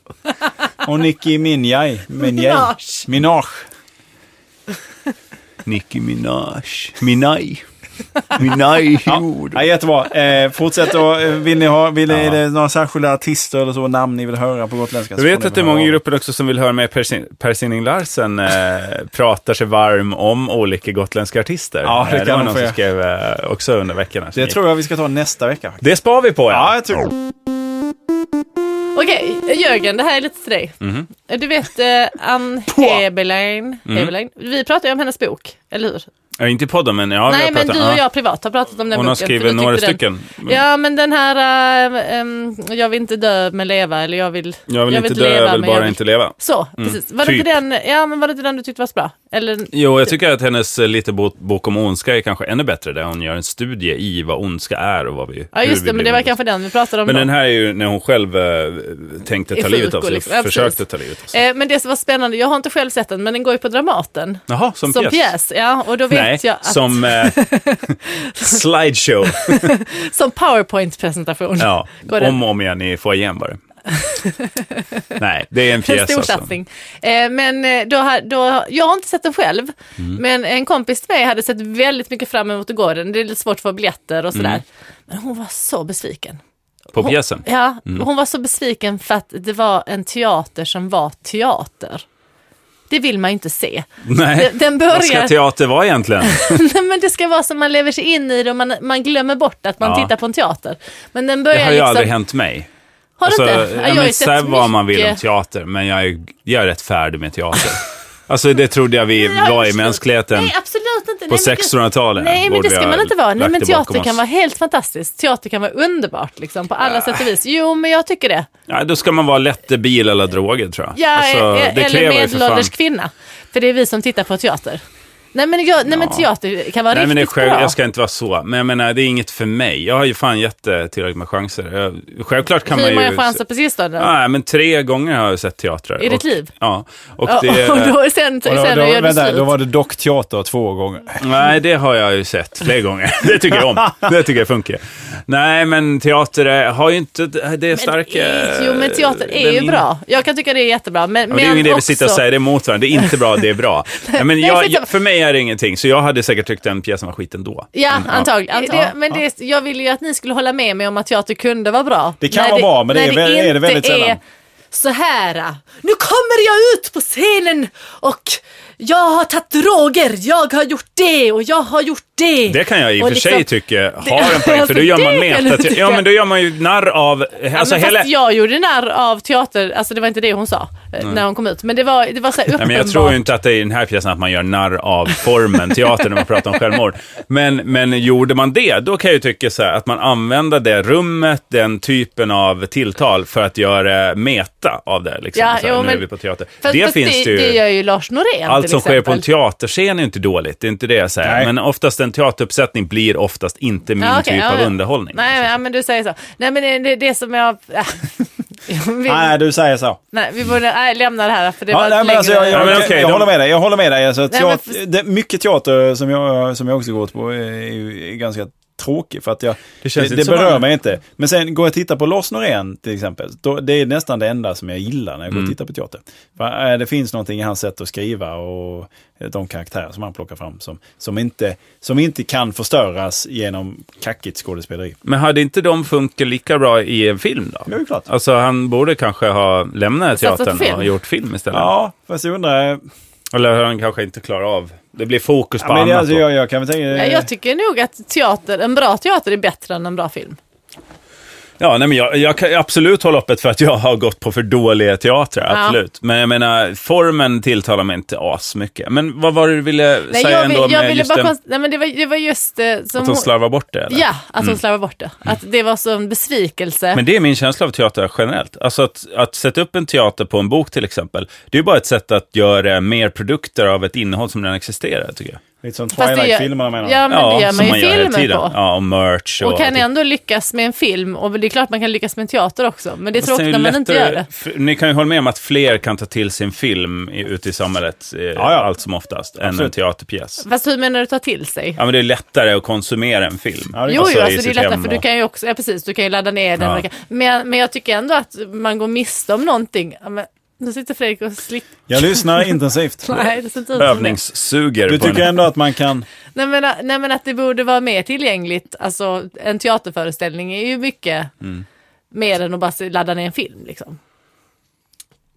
[SPEAKER 2] Och Nicki Minaj. Minaj.
[SPEAKER 3] Minaj.
[SPEAKER 2] Minaj.
[SPEAKER 1] Nicki Minaj. Minaj. Minaj <laughs> gjorde.
[SPEAKER 2] Ja, jättebra. Eh, fortsätt då. Eh, Vill ni ha, vill,
[SPEAKER 1] Ja.
[SPEAKER 2] är det några särskilda artister eller så, namn ni vill höra på gotländska?
[SPEAKER 1] Jag
[SPEAKER 2] så får
[SPEAKER 1] vet
[SPEAKER 2] ni
[SPEAKER 1] att det är
[SPEAKER 2] höra
[SPEAKER 1] många i
[SPEAKER 2] av.
[SPEAKER 1] gruppen också som vill höra med Per- Per Sinding Larsen eh, pratar sig varm om olika gotländska artister.
[SPEAKER 2] Ja, det
[SPEAKER 1] Eh,
[SPEAKER 2] kan
[SPEAKER 1] var
[SPEAKER 2] man
[SPEAKER 1] någon
[SPEAKER 2] få
[SPEAKER 1] som
[SPEAKER 2] göra.
[SPEAKER 1] skrev eh, också under veckan. här som
[SPEAKER 2] Det
[SPEAKER 1] gick.
[SPEAKER 2] tror jag vi ska ta nästa vecka.
[SPEAKER 1] det spar vi på,
[SPEAKER 2] Ja,
[SPEAKER 1] ja.
[SPEAKER 2] jag tror
[SPEAKER 3] Okej, Jörgen, det här är lite till dig.
[SPEAKER 1] Mhm.
[SPEAKER 3] Du vet eh, Ann Heberlein. Heberlein. Vi pratade ju om hennes bok, eller hur?
[SPEAKER 1] ja. Inte i podden, men ja, vi
[SPEAKER 3] Nej,
[SPEAKER 1] har
[SPEAKER 3] men
[SPEAKER 1] pratat.
[SPEAKER 3] du och
[SPEAKER 1] ja.
[SPEAKER 3] jag privat har pratat om den boken.
[SPEAKER 1] Hon har
[SPEAKER 3] för
[SPEAKER 1] skrivit
[SPEAKER 3] du tyckte
[SPEAKER 1] några
[SPEAKER 3] den-
[SPEAKER 1] stycken.
[SPEAKER 3] Ja, men den här, eh, ehm, jag vill inte dö men leva, eller jag vill,
[SPEAKER 1] Jag vill inte dö, jag vill
[SPEAKER 3] men jag
[SPEAKER 1] bara
[SPEAKER 3] vill-
[SPEAKER 1] inte leva.
[SPEAKER 3] Så, precis. Var det,
[SPEAKER 1] typ.
[SPEAKER 3] inte den, ja, men var det inte den du tyckte var så bra? Eller,
[SPEAKER 1] Jo, jag tycker att hennes eh, lite bo- bok om ondska är kanske ännu bättre, där hon gör en studie i vad ondska är och vad vi...
[SPEAKER 3] ja,
[SPEAKER 1] hur
[SPEAKER 3] just
[SPEAKER 1] vi
[SPEAKER 3] det, men
[SPEAKER 1] blir
[SPEAKER 3] det var
[SPEAKER 1] ondska.
[SPEAKER 3] kanske den vi pratade om
[SPEAKER 1] Men
[SPEAKER 3] då.
[SPEAKER 1] den här är ju när hon själv eh, tänkte
[SPEAKER 3] Är
[SPEAKER 1] ta livet
[SPEAKER 3] sjuk
[SPEAKER 1] av
[SPEAKER 3] och
[SPEAKER 1] sig,
[SPEAKER 3] liksom- ja,
[SPEAKER 1] försökte
[SPEAKER 3] precis.
[SPEAKER 1] ta livet av sig.
[SPEAKER 3] Eh, men det som var spännande, jag har inte själv sett den, men den går ju på Dramaten.
[SPEAKER 1] Jaha, som,
[SPEAKER 3] som
[SPEAKER 1] pjäs?
[SPEAKER 3] pjäs. Ja, och då vet
[SPEAKER 1] Nej,
[SPEAKER 3] jag att, som,
[SPEAKER 1] som
[SPEAKER 3] <laughs>
[SPEAKER 1] eh, slideshow.
[SPEAKER 3] powerpoint-presentation. <laughs>
[SPEAKER 1] Ja,
[SPEAKER 3] Går det?
[SPEAKER 1] om och om igen i foajén
[SPEAKER 3] <laughs>
[SPEAKER 1] bara. Nej, det är en
[SPEAKER 3] En
[SPEAKER 1] pjäs
[SPEAKER 3] stor
[SPEAKER 1] alltså.
[SPEAKER 3] satsning. Eh, men eh, då, ha- då, jag har inte sett den själv,
[SPEAKER 1] Mm.
[SPEAKER 3] men en kompis till mig hade sett väldigt mycket fram emot att gå den. Det är lite svårt att få biljetter och sådär.
[SPEAKER 1] Mm.
[SPEAKER 3] Men hon var så besviken.
[SPEAKER 1] På pjäsen?
[SPEAKER 3] Ja, hon var så besviken för att det var en teater som var teater. Det vill man ju inte se.
[SPEAKER 1] Nej,
[SPEAKER 3] Den- den
[SPEAKER 1] vad ska
[SPEAKER 3] börjar-
[SPEAKER 1] teater vara egentligen?
[SPEAKER 3] <laughs> Nej, men det ska vara som man lever sig in i det och man, man glömmer bort att man
[SPEAKER 1] Ja.
[SPEAKER 3] tittar på en teater. Men den
[SPEAKER 1] Det har
[SPEAKER 3] börjar
[SPEAKER 1] ju
[SPEAKER 3] liksom...
[SPEAKER 1] aldrig hänt mig.
[SPEAKER 3] Har
[SPEAKER 1] Alltså,
[SPEAKER 3] du inte?
[SPEAKER 1] jag
[SPEAKER 3] har
[SPEAKER 1] men,
[SPEAKER 3] ju sett
[SPEAKER 1] säg vad man vill om
[SPEAKER 3] mycket-
[SPEAKER 1] teater, men jag är, jag är rätt färdig med teater. Alltså det trodde jag vi
[SPEAKER 3] <laughs> Ja,
[SPEAKER 1] var i
[SPEAKER 3] absolut.
[SPEAKER 1] mänskligheten
[SPEAKER 3] Nej, absolut inte.
[SPEAKER 1] på
[SPEAKER 3] Nej, men gud.
[SPEAKER 1] 1600-talet.
[SPEAKER 3] Nej, men
[SPEAKER 1] borde
[SPEAKER 3] det ska
[SPEAKER 1] vi ha
[SPEAKER 3] man inte vara. Nej,
[SPEAKER 1] lagt
[SPEAKER 3] men
[SPEAKER 1] det bakom oss.
[SPEAKER 3] teater
[SPEAKER 1] Äh.
[SPEAKER 3] kan vara helt fantastiskt. Teater kan vara underbart liksom, på alla sätt och vis. Jo, men jag tycker det.
[SPEAKER 1] Ja, då ska man vara lätt debil eller droger tror jag.
[SPEAKER 3] Jag
[SPEAKER 1] Alltså,
[SPEAKER 3] är,
[SPEAKER 1] det
[SPEAKER 3] e- eller
[SPEAKER 1] kräver ju för fan.
[SPEAKER 3] medelålders kvinna. För det är vi som tittar på teater. Nej men, jag, nej, men
[SPEAKER 1] Ja.
[SPEAKER 3] teater kan vara
[SPEAKER 1] Nej, men det är
[SPEAKER 3] riktigt
[SPEAKER 1] själv,
[SPEAKER 3] bra.
[SPEAKER 1] jag ska inte vara så, men jag menar, det är inget för mig. Jag har ju fan gett eh, tillräckligt med chanser. Jag, självklart kan man
[SPEAKER 3] Hur
[SPEAKER 1] ju... Ah,
[SPEAKER 3] många chanser på sistone?
[SPEAKER 1] Nej, men tre gånger har jag sett teatrar.
[SPEAKER 3] I ditt
[SPEAKER 1] Och-
[SPEAKER 3] liv?
[SPEAKER 1] Ja. Och
[SPEAKER 3] Ja,
[SPEAKER 1] det,
[SPEAKER 3] <laughs> och då, sen sen
[SPEAKER 2] Och då, då,
[SPEAKER 3] gör du
[SPEAKER 2] vänta,
[SPEAKER 3] slut.
[SPEAKER 2] då var det dockteater två gånger.
[SPEAKER 1] Nej, det har jag ju sett flera gånger. <laughs> Det tycker jag om. Det tycker jag funkar. Nej, men teater är, har ju inte det starka...
[SPEAKER 3] Men, jo, men teater är
[SPEAKER 1] den
[SPEAKER 3] ju
[SPEAKER 1] in-
[SPEAKER 3] bra. Jag kan tycka det är jättebra. Men,
[SPEAKER 1] eh, Ja, men det är ju ingen idé
[SPEAKER 3] också,
[SPEAKER 1] att sitta och säga det emot varandra. Det är inte bra, det är
[SPEAKER 3] <laughs>
[SPEAKER 1] bra. Nej, men
[SPEAKER 3] Nej,
[SPEAKER 1] jag,
[SPEAKER 3] skitsamma.
[SPEAKER 1] för mig är det ingenting, så jag hade säkert tyckt den pjäsen var skit ändå.
[SPEAKER 3] Ja,
[SPEAKER 1] Men,
[SPEAKER 3] antagligen. Det, men det, jag ville ju att ni skulle hålla med mig om att teater kunde vara bra.
[SPEAKER 2] Det kan
[SPEAKER 3] När
[SPEAKER 2] vara bra, men det
[SPEAKER 3] när
[SPEAKER 2] är väl- är det väldigt
[SPEAKER 3] inte är
[SPEAKER 2] sällan.
[SPEAKER 3] Så här, nu kommer jag ut på scenen och jag har tagit droger, jag har gjort det och jag har gjort det.
[SPEAKER 1] Det kan jag i och
[SPEAKER 3] Och
[SPEAKER 1] för
[SPEAKER 3] liksom-
[SPEAKER 1] sig tycka
[SPEAKER 3] <laughs>
[SPEAKER 1] har en poäng, för
[SPEAKER 3] Alltså,
[SPEAKER 1] då gör man
[SPEAKER 3] det kan du
[SPEAKER 1] meta.
[SPEAKER 3] tycka.
[SPEAKER 1] Ja, men då gör man ju narr av... Alltså,
[SPEAKER 3] ja, men
[SPEAKER 1] hela...
[SPEAKER 3] Fast jag gjorde narr av teater, alltså det var inte det hon sa eh, när hon kom ut, men det var, det var så här uppenbart.
[SPEAKER 1] Nej, men jag tror ju inte att det är i den här pjäsen att man gör narr av formen teater när man pratar om självmord. Men, men gjorde man det, då kan jag ju tycka så här, att man använder det rummet, den typen av tilltal för att göra meta av det. Liksom.
[SPEAKER 3] Ja,
[SPEAKER 1] så här,
[SPEAKER 3] jo,
[SPEAKER 1] nu är
[SPEAKER 3] men-
[SPEAKER 1] vi på teater.
[SPEAKER 3] Fast-
[SPEAKER 1] det
[SPEAKER 3] fast
[SPEAKER 1] finns det
[SPEAKER 3] det,
[SPEAKER 1] ju.
[SPEAKER 3] det gör ju Lars Norén
[SPEAKER 1] allt
[SPEAKER 3] till
[SPEAKER 1] som sker på en
[SPEAKER 3] exempel.
[SPEAKER 1] teaterscen är ju inte dåligt, det är inte det jag säger.
[SPEAKER 2] Nej.
[SPEAKER 1] Men oftast en teateruppsättning blir oftast inte min
[SPEAKER 3] Ja, okej,
[SPEAKER 1] typ
[SPEAKER 3] ja,
[SPEAKER 1] av
[SPEAKER 3] ja.
[SPEAKER 1] underhållning.
[SPEAKER 3] Nej, men- ja, men du säger så. Nej, men det, det, det som jag... <laughs> jag vill, nej.
[SPEAKER 2] Nej, du säger så.
[SPEAKER 3] vi borde nej, lämna det här för det var
[SPEAKER 2] Ja, nej,
[SPEAKER 3] ett
[SPEAKER 2] men alltså,
[SPEAKER 3] längre-
[SPEAKER 2] jag, jag,
[SPEAKER 1] Ja, men
[SPEAKER 2] jag,
[SPEAKER 1] okej,
[SPEAKER 2] jag
[SPEAKER 1] de-
[SPEAKER 2] håller med dig. Jag håller med dig. Alltså,
[SPEAKER 3] Nej, men
[SPEAKER 2] teater, det, mycket teater som jag, som jag också gått på är, ju- är ganska tråkig för att jag,
[SPEAKER 1] Det
[SPEAKER 2] det,
[SPEAKER 1] känns
[SPEAKER 2] det,
[SPEAKER 1] inte som
[SPEAKER 2] berör
[SPEAKER 1] att-
[SPEAKER 2] mig inte. Men sen går jag och tittar på Lars Norén till exempel. Då, det är nästan det enda som jag gillar när jag går och tittar på teater. För, eh, det finns någonting i hans sätt att skriva och eh, de karaktärer som han plockar fram som, som, inte, som inte kan förstöras genom kackigt skådespeleri.
[SPEAKER 1] Men hade inte de funkat lika bra i en film då?
[SPEAKER 2] Ja, det är klart.
[SPEAKER 1] Alltså han borde kanske ha lämnat
[SPEAKER 3] Satsat på
[SPEAKER 1] teatern och
[SPEAKER 3] Alltså, film.
[SPEAKER 1] gjort film istället.
[SPEAKER 2] Ja, fast jag undrar...
[SPEAKER 1] Eller han kanske inte klarar av. Det blir fokus på
[SPEAKER 2] Ja, men det,
[SPEAKER 1] annat.
[SPEAKER 2] alltså,
[SPEAKER 1] då.
[SPEAKER 2] jag, jag kan väl tänka...
[SPEAKER 3] Ja, jag tycker nog att teater, en bra teater är bättre än en bra film.
[SPEAKER 1] Ja, nej, men jag, jag kan absolut hålla öppet för att jag har gått på för dåliga teatrar.
[SPEAKER 3] Ja.
[SPEAKER 1] Absolut. Men jag menar, formen tilltalar mig inte asmycket. Men vad var det du ville
[SPEAKER 3] Nej,
[SPEAKER 1] säga
[SPEAKER 3] jag, vill,
[SPEAKER 1] ändå
[SPEAKER 3] jag
[SPEAKER 1] med
[SPEAKER 3] ville
[SPEAKER 1] just
[SPEAKER 3] bara
[SPEAKER 1] den,
[SPEAKER 3] konst... Nej, men det var, det var just eh, som
[SPEAKER 1] att de
[SPEAKER 3] hon-
[SPEAKER 1] slarvar bort det? Eller?
[SPEAKER 3] Ja, att hon slarvar bort det. Att det var sån besvikelse.
[SPEAKER 1] Men det är min känsla av teater generellt. Alltså att, att sätta upp en teater på en bok till exempel, det är ju bara ett sätt att göra mer produkter av ett innehåll som redan existerar, tycker jag.
[SPEAKER 2] Lite som
[SPEAKER 3] Fast det gör-
[SPEAKER 2] Twilight-filmerna menar du?
[SPEAKER 3] Ja, men det gör
[SPEAKER 1] som
[SPEAKER 3] man ju
[SPEAKER 1] hela
[SPEAKER 3] filmer
[SPEAKER 1] tiden.
[SPEAKER 3] på.
[SPEAKER 1] Ja, och merch och,
[SPEAKER 3] Och kan
[SPEAKER 1] allting.
[SPEAKER 3] ändå lyckas med en film, och det är klart man kan lyckas med en teater också, men det är
[SPEAKER 1] Fast det är
[SPEAKER 3] tråkigt när man inte
[SPEAKER 1] lättare-
[SPEAKER 3] gör det.
[SPEAKER 1] f- Ni kan ju hålla med om att fler kan ta till sin film i, ute i samhället, eh,
[SPEAKER 2] ja.
[SPEAKER 1] allt som oftast, än en
[SPEAKER 2] Absolut.
[SPEAKER 1] teaterpjäs.
[SPEAKER 3] Fast hur menar du ta till sig?
[SPEAKER 1] Ja, men det är lättare att konsumera en film.
[SPEAKER 2] Ja, det är
[SPEAKER 3] Jo,
[SPEAKER 1] Alltså,
[SPEAKER 3] jo,
[SPEAKER 1] i
[SPEAKER 3] alltså det är
[SPEAKER 1] sitt
[SPEAKER 3] lättare
[SPEAKER 1] hem
[SPEAKER 3] för du
[SPEAKER 1] och-
[SPEAKER 3] kan ju också, ja precis, du kan ju ladda ner den.
[SPEAKER 1] Ja.
[SPEAKER 3] och du Kan, men, men jag tycker ändå att man går miste om någonting. Ja, men, nu sitter Fredrik och slickar.
[SPEAKER 2] Jag lyssnar intensivt.
[SPEAKER 3] Nej, det ser inte ut som det.
[SPEAKER 1] Övningssuger.
[SPEAKER 2] Du
[SPEAKER 1] på en-
[SPEAKER 2] tycker ändå att man kan...
[SPEAKER 3] Nej men, nej men att det borde vara mer tillgängligt. Alltså en teaterföreställning är ju mycket
[SPEAKER 1] Mm.
[SPEAKER 3] mer än att bara se- ladda ner en film. Liksom.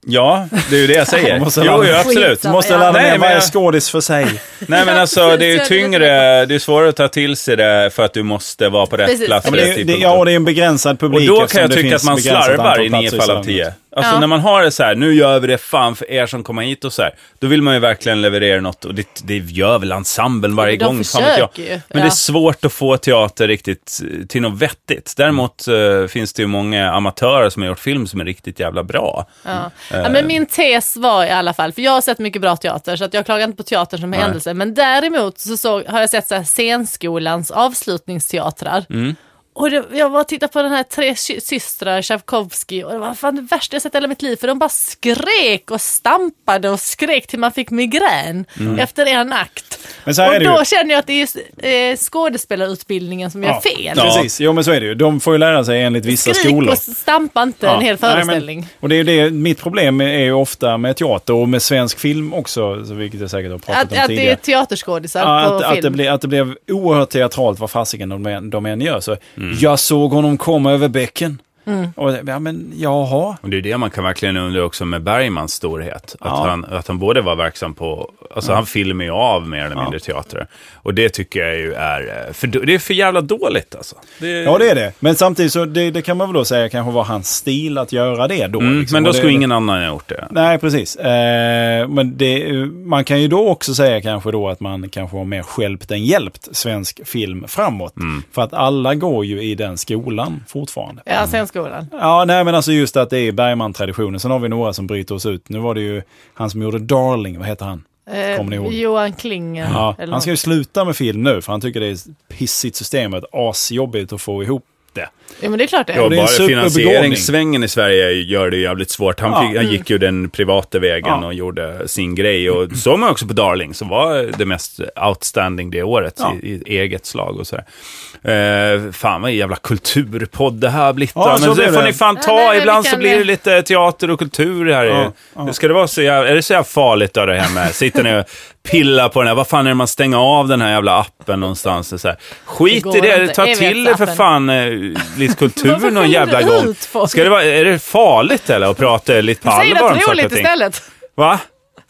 [SPEAKER 1] Ja, det är
[SPEAKER 3] <laughs>
[SPEAKER 1] ju det jag säger.
[SPEAKER 2] Man måste
[SPEAKER 1] jo,
[SPEAKER 2] ladda-
[SPEAKER 1] jo, absolut.
[SPEAKER 3] Skitsamma,
[SPEAKER 2] Måste
[SPEAKER 3] Ja.
[SPEAKER 2] ladda
[SPEAKER 1] Nej,
[SPEAKER 2] ner
[SPEAKER 1] men
[SPEAKER 2] varje
[SPEAKER 1] jag-
[SPEAKER 2] skådis
[SPEAKER 1] <laughs>
[SPEAKER 2] för sig.
[SPEAKER 1] Nej, men
[SPEAKER 3] Ja,
[SPEAKER 1] alltså
[SPEAKER 3] precis,
[SPEAKER 1] det är ju
[SPEAKER 3] jag vet
[SPEAKER 1] tyngre, det är svårare att ta till sig det för att du måste vara på rätt
[SPEAKER 3] Precis,
[SPEAKER 1] plats
[SPEAKER 2] Ja,
[SPEAKER 1] vid
[SPEAKER 2] men
[SPEAKER 1] rätt
[SPEAKER 2] det, är- det,
[SPEAKER 1] tidpunkt.
[SPEAKER 2] ja, och det är en begränsad publik.
[SPEAKER 1] Och då
[SPEAKER 2] eftersom
[SPEAKER 1] kan jag
[SPEAKER 2] det
[SPEAKER 1] tycka
[SPEAKER 2] finns
[SPEAKER 1] att man
[SPEAKER 2] begränsat
[SPEAKER 1] slarvar
[SPEAKER 2] antal
[SPEAKER 1] i nio
[SPEAKER 2] platser
[SPEAKER 1] fall av
[SPEAKER 2] salongen.
[SPEAKER 1] tio. Alltså
[SPEAKER 3] Ja.
[SPEAKER 1] när man har det så här, nu gör vi det fan för er som kommer hit och så här, då vill man ju verkligen leverera något och det, det gör väl ensemblen varje
[SPEAKER 3] De
[SPEAKER 1] gång. fan vet jag.
[SPEAKER 3] försöker ju,
[SPEAKER 1] Men
[SPEAKER 3] ja.
[SPEAKER 1] det är svårt att få teater riktigt eh, till något vettigt. Däremot eh, finns det ju många amatörer som har gjort film som är riktigt jävla bra.
[SPEAKER 3] Ja.
[SPEAKER 2] Mm.
[SPEAKER 3] Ja, men min tes var i alla fall, för jag har sett mycket bra teater så att jag klagar inte på teatern som händelse. Men däremot så, såg- har jag sett så här, scenskolans avslutningsteatrar.
[SPEAKER 2] Mm.
[SPEAKER 3] Och det, jag var och tittade på den här Tre sy- systrar Tchaikovsky och det var fan det värsta jag sett i hela mitt liv för de bara skrek och stampade och skrek till man fick migrän efter en akt.
[SPEAKER 2] Mm. Men så här
[SPEAKER 3] och
[SPEAKER 2] är det
[SPEAKER 3] då
[SPEAKER 2] ju.
[SPEAKER 3] känner jag att det är eh, skådespelarutbildningen som gör
[SPEAKER 2] Ja.
[SPEAKER 3] fel.
[SPEAKER 1] Ja.
[SPEAKER 2] Precis, jo men så är det ju. De får ju lära sig enligt vissa
[SPEAKER 3] Skrik
[SPEAKER 2] skolor.
[SPEAKER 3] och stampa inte en hel
[SPEAKER 2] Nej, men-
[SPEAKER 3] föreställning.
[SPEAKER 2] och det är ju det, mitt problem är ju ofta med teater och med svensk film också, så vilket jag säkert har pratat
[SPEAKER 3] Att,
[SPEAKER 2] om
[SPEAKER 3] att det
[SPEAKER 2] tidigare.
[SPEAKER 3] är teaterskådisar på
[SPEAKER 2] att, att,
[SPEAKER 3] film.
[SPEAKER 2] det blev, att det blev oerhört teatralt vad fasiken de, än- de än gör. Så,
[SPEAKER 1] Mm.
[SPEAKER 2] Jag såg honom komma över bäcken.
[SPEAKER 3] Mm.
[SPEAKER 2] Och, ja, men jaha.
[SPEAKER 1] Och det är det man kan verkligen undra också med Bergmans storhet. Att,
[SPEAKER 2] Ja.
[SPEAKER 1] han, att han både var verksam på, alltså han filmar ju av mer eller mindre teater. Och det tycker jag ju är, eh, för, det är för jävla dåligt alltså. Det-
[SPEAKER 2] Ja, det är det. Men samtidigt så det, det kan man väl då säga kanske var hans stil att göra det då.
[SPEAKER 1] Mm,
[SPEAKER 2] liksom.
[SPEAKER 1] men då
[SPEAKER 2] Och det-
[SPEAKER 1] skulle ingen annan ha gjort det.
[SPEAKER 2] Nej, precis. Eh, men det, man kan ju då också säga kanske då att man kanske har mer stjälpt än hjälpt svensk film framåt.
[SPEAKER 1] Mm.
[SPEAKER 2] För att alla går ju i den skolan fortfarande.
[SPEAKER 3] Ja, scenskolan.
[SPEAKER 2] Ja, nej men alltså just att det är Bergman-traditionen. Sen har vi några som bryter oss ut. Nu var det ju han som gjorde Darling, vad heter han?
[SPEAKER 3] Eh,
[SPEAKER 2] Mm. Kommer ni ihåg?
[SPEAKER 3] Johan Kling. eh,
[SPEAKER 2] Ja,
[SPEAKER 3] eller
[SPEAKER 2] han ska
[SPEAKER 3] något.
[SPEAKER 2] ju sluta med film nu för han tycker det är pissigt systemet, asjobbigt att få ihop det.
[SPEAKER 3] ja, men det är klart det är.
[SPEAKER 1] Ja,
[SPEAKER 2] det är en
[SPEAKER 1] bara
[SPEAKER 2] superbegåvning.
[SPEAKER 1] finansieringssvängen i Sverige gör det ju jävligt svårt. Han,
[SPEAKER 2] Ja.
[SPEAKER 1] fick, han gick ju den privata vägen
[SPEAKER 2] Ja.
[SPEAKER 1] och gjorde sin grej. Och såg man också på Darling, som var det mest outstanding det året
[SPEAKER 2] Ja.
[SPEAKER 1] i, i eget slag och sådär. Eh, fan vad jävla kulturpodd det här har blivit.
[SPEAKER 2] Ja,
[SPEAKER 1] men
[SPEAKER 2] så
[SPEAKER 1] så
[SPEAKER 2] blir
[SPEAKER 1] det får
[SPEAKER 2] det.
[SPEAKER 1] ni fan ta.
[SPEAKER 3] Ja, men vi
[SPEAKER 1] Ibland så
[SPEAKER 3] kan- eh,
[SPEAKER 1] blir det lite teater och kultur här.
[SPEAKER 2] Ja, ja.
[SPEAKER 1] Nu Ska det vara så jävla, är det så jävla farligt då det här med? Sitter ni och pillar på den här? Vad fan är det man stänger av den här jävla appen någonstans? Och Så här. Skit
[SPEAKER 3] går
[SPEAKER 1] i det,
[SPEAKER 3] inte.
[SPEAKER 1] ta till er för
[SPEAKER 3] Evighetsappen.
[SPEAKER 1] fan fan eh, lite kultur
[SPEAKER 3] Varför
[SPEAKER 1] någon
[SPEAKER 3] skäller
[SPEAKER 1] jävla
[SPEAKER 3] du
[SPEAKER 1] gång.
[SPEAKER 3] ut folk?
[SPEAKER 1] Ska det vara, är det farligt eller att prata lite på
[SPEAKER 3] Säg
[SPEAKER 1] allvar om
[SPEAKER 3] något
[SPEAKER 1] saker och
[SPEAKER 3] roligt
[SPEAKER 1] ting?
[SPEAKER 3] istället.
[SPEAKER 1] Va?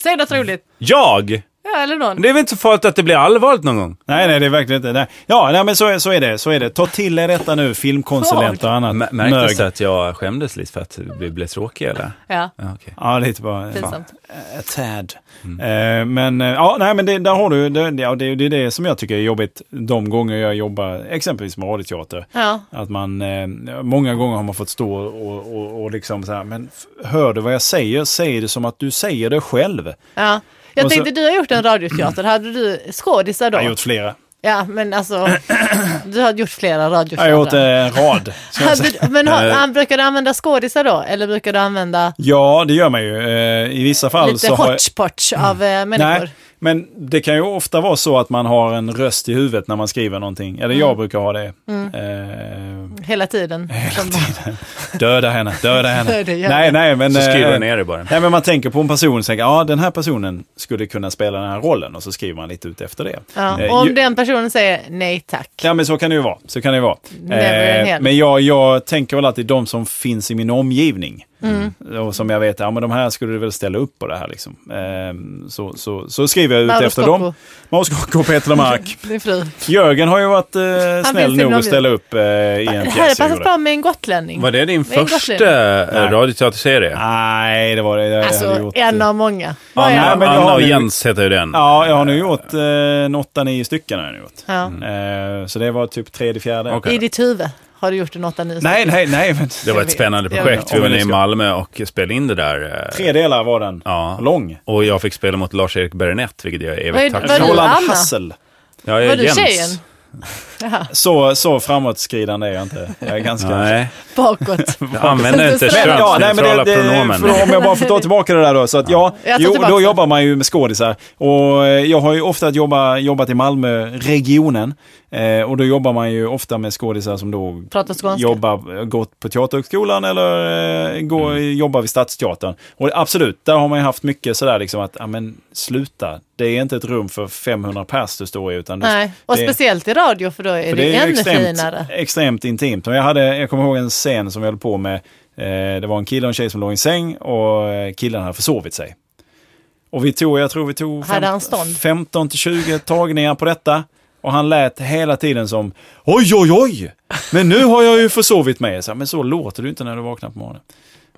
[SPEAKER 3] Säg något roligt.
[SPEAKER 1] Jag?
[SPEAKER 3] Ja, eller någon.
[SPEAKER 1] Det är väl inte så farligt att det blir allvarligt någon gång?
[SPEAKER 2] Nej, nej, det är verkligen inte. Nej. Ja, nej, men så är, så är det. Så är det. Ta till er detta nu, filmkonsulenter och annat.
[SPEAKER 1] Märktes
[SPEAKER 2] nörg.
[SPEAKER 1] det att jag skämdes lite för att vi blev tråkiga eller?
[SPEAKER 3] Ja,
[SPEAKER 1] Ja, okej.
[SPEAKER 2] Ja, lite bara. Fan.
[SPEAKER 3] pinsamt.
[SPEAKER 2] Eh, Tad. Eh, men eh, ja, nej, men det, där har du, det, ja, det, det är det som jag tycker är jobbigt de gånger jag jobbar exempelvis med radioteater.
[SPEAKER 3] Ja.
[SPEAKER 2] Att man, eh, många gånger har man fått stå och, och, och liksom så här, men f- hör du vad jag säger? Säg det som att du säger det själv.
[SPEAKER 3] Ja. Jag
[SPEAKER 2] Och så-
[SPEAKER 3] tänkte, du har gjort
[SPEAKER 2] <clears throat>
[SPEAKER 3] en radioteater. Hade du skådisar då?
[SPEAKER 2] Jag har gjort flera.
[SPEAKER 3] Ja,
[SPEAKER 2] <clears throat>
[SPEAKER 3] men alltså, du har gjort flera
[SPEAKER 2] Jag har gjort eh,
[SPEAKER 3] radioteatrar.
[SPEAKER 2] en rad. ska jag säga.
[SPEAKER 3] Hade
[SPEAKER 2] <laughs>
[SPEAKER 3] du- Men har,
[SPEAKER 1] Eh.
[SPEAKER 3] han, brukar du använda skådisar då? Eller brukar du använda
[SPEAKER 2] Ja, det gör man ju. Eh, I vissa fall
[SPEAKER 3] lite
[SPEAKER 2] så har jag... Mm.
[SPEAKER 3] hotchpotch av eh, människor?
[SPEAKER 2] Nej, men det kan ju ofta vara så att man har en röst i huvudet när man skriver någonting.
[SPEAKER 3] Mm.
[SPEAKER 2] Eller jag brukar ha det. Eh,
[SPEAKER 3] Hela tiden. Som-
[SPEAKER 2] Döda henne, döda henne.
[SPEAKER 3] Döda henne.
[SPEAKER 2] nej, nej, men...
[SPEAKER 1] Så skriver
[SPEAKER 2] eh,
[SPEAKER 1] jag ner det bara.
[SPEAKER 2] Nej, men man tänker på en person och tänker, ja, den här personen skulle kunna spela den här rollen och så skriver man lite ut efter det.
[SPEAKER 3] Ja.
[SPEAKER 2] Eh,
[SPEAKER 3] Och
[SPEAKER 2] ju-
[SPEAKER 3] om den personen säger nej tack.
[SPEAKER 2] Ja, men så kan det ju vara. Så kan det ju vara. Eh,
[SPEAKER 3] Never in hell.
[SPEAKER 2] men jag, jag tänker väl alltid de som finns i min omgivning.
[SPEAKER 3] Mm.
[SPEAKER 2] Och som jag vet, ja men de här skulle du väl ställa upp på det här liksom. Eh, så, så, så skriver jag ut
[SPEAKER 3] Mauro
[SPEAKER 2] efter
[SPEAKER 3] Scocco.
[SPEAKER 2] dem. Mauro Scocco, Peter
[SPEAKER 3] <laughs>
[SPEAKER 2] Lamarck.
[SPEAKER 3] Din fru.
[SPEAKER 2] Jörgen har ju varit eh, snäll
[SPEAKER 3] finns i
[SPEAKER 2] nog
[SPEAKER 3] min
[SPEAKER 2] att ställa upp eh, i en
[SPEAKER 3] Det
[SPEAKER 2] pjäs
[SPEAKER 3] hade
[SPEAKER 2] jag
[SPEAKER 3] passat
[SPEAKER 2] gjorde.
[SPEAKER 3] bra med en gotlänning.
[SPEAKER 1] eh, Var det din
[SPEAKER 3] Det är en
[SPEAKER 1] första
[SPEAKER 3] gottling.
[SPEAKER 1] eh, radioteaterserie?
[SPEAKER 2] Nej, det var det. Jag hade
[SPEAKER 3] Alltså
[SPEAKER 2] gjort,
[SPEAKER 3] en av många.
[SPEAKER 2] Ja,
[SPEAKER 3] Var jag?
[SPEAKER 2] nej, men jag
[SPEAKER 1] Anna
[SPEAKER 2] har
[SPEAKER 1] och
[SPEAKER 2] nu-
[SPEAKER 1] Jens heter ju den.
[SPEAKER 2] Ja, jag har nu gjort eh, en åtta, nio stycken. Har jag nu gjort.
[SPEAKER 3] Ja.
[SPEAKER 2] Eh, så det var typ tredje, fjärde.
[SPEAKER 1] Okej.
[SPEAKER 3] I ditt huvud har du gjort en 8 9
[SPEAKER 2] Nej, nej, nej. Men...
[SPEAKER 1] Det var ett spännande
[SPEAKER 3] Jag-
[SPEAKER 1] projekt. Vi
[SPEAKER 2] Om
[SPEAKER 1] var
[SPEAKER 2] vi
[SPEAKER 1] nere i
[SPEAKER 2] ska-
[SPEAKER 1] Malmö och spelade in det där. eh,
[SPEAKER 2] Tre delar var den.
[SPEAKER 1] Ja.
[SPEAKER 2] Lång.
[SPEAKER 1] Och jag fick spela mot Lars-Erik Bernett, vilket jag är evigt
[SPEAKER 3] Vad är-
[SPEAKER 1] tacksam
[SPEAKER 3] vad är-
[SPEAKER 1] för.
[SPEAKER 2] Roland
[SPEAKER 3] Anna?
[SPEAKER 2] Hassel.
[SPEAKER 1] Jag är
[SPEAKER 3] Var du
[SPEAKER 1] Jens.
[SPEAKER 3] tjejen? Jaha,
[SPEAKER 2] Så, så framåtskridande är jag inte. Jag är ganska...
[SPEAKER 1] Nej,
[SPEAKER 2] <laughs>
[SPEAKER 3] bakåt.
[SPEAKER 1] jag använder inte
[SPEAKER 3] Men-
[SPEAKER 2] Ja, nej, men det,
[SPEAKER 1] könsneutrala
[SPEAKER 2] det,
[SPEAKER 1] pronomen.
[SPEAKER 2] för om jag bara får ta tillbaka det där då. Så att ja,
[SPEAKER 3] Jag tar
[SPEAKER 2] jo,
[SPEAKER 3] tillbaka
[SPEAKER 2] då
[SPEAKER 3] det.
[SPEAKER 2] jobbar man ju med skådisar. Och eh, jag har ju ofta jobbat, jobbat i Malmöregionen. Eh, och då jobbar man ju ofta med skådisar som då
[SPEAKER 3] Prata skånska.
[SPEAKER 2] jobbar, gått på Teaterhögskolan eller eh, går,
[SPEAKER 1] Mm.
[SPEAKER 2] jobbar vid Stadsteatern. Och absolut, där har man ju haft mycket sådär liksom att, ja men sluta, det är inte ett rum för 500 pers du står i utan du-
[SPEAKER 3] Nej, och
[SPEAKER 2] det-
[SPEAKER 3] speciellt i radio för då är
[SPEAKER 2] för
[SPEAKER 3] det,
[SPEAKER 2] ju
[SPEAKER 3] ännu
[SPEAKER 2] extremt,
[SPEAKER 3] finare.
[SPEAKER 2] extremt intimt. Och jag, hade, jag kommer ihåg en scen som jag höll på med. Eh, det var en kille och en tjej som låg i en säng och eh, killen hade försovit sig. Och vi tog, jag tror vi tog
[SPEAKER 3] Hade han stånd?
[SPEAKER 2] 15 till 20 tagningar på detta. Och han lät hela tiden som oj, oj, oj, men nu har jag ju försovit mig. Så, här, men så låter du inte när du vaknar på morgonen.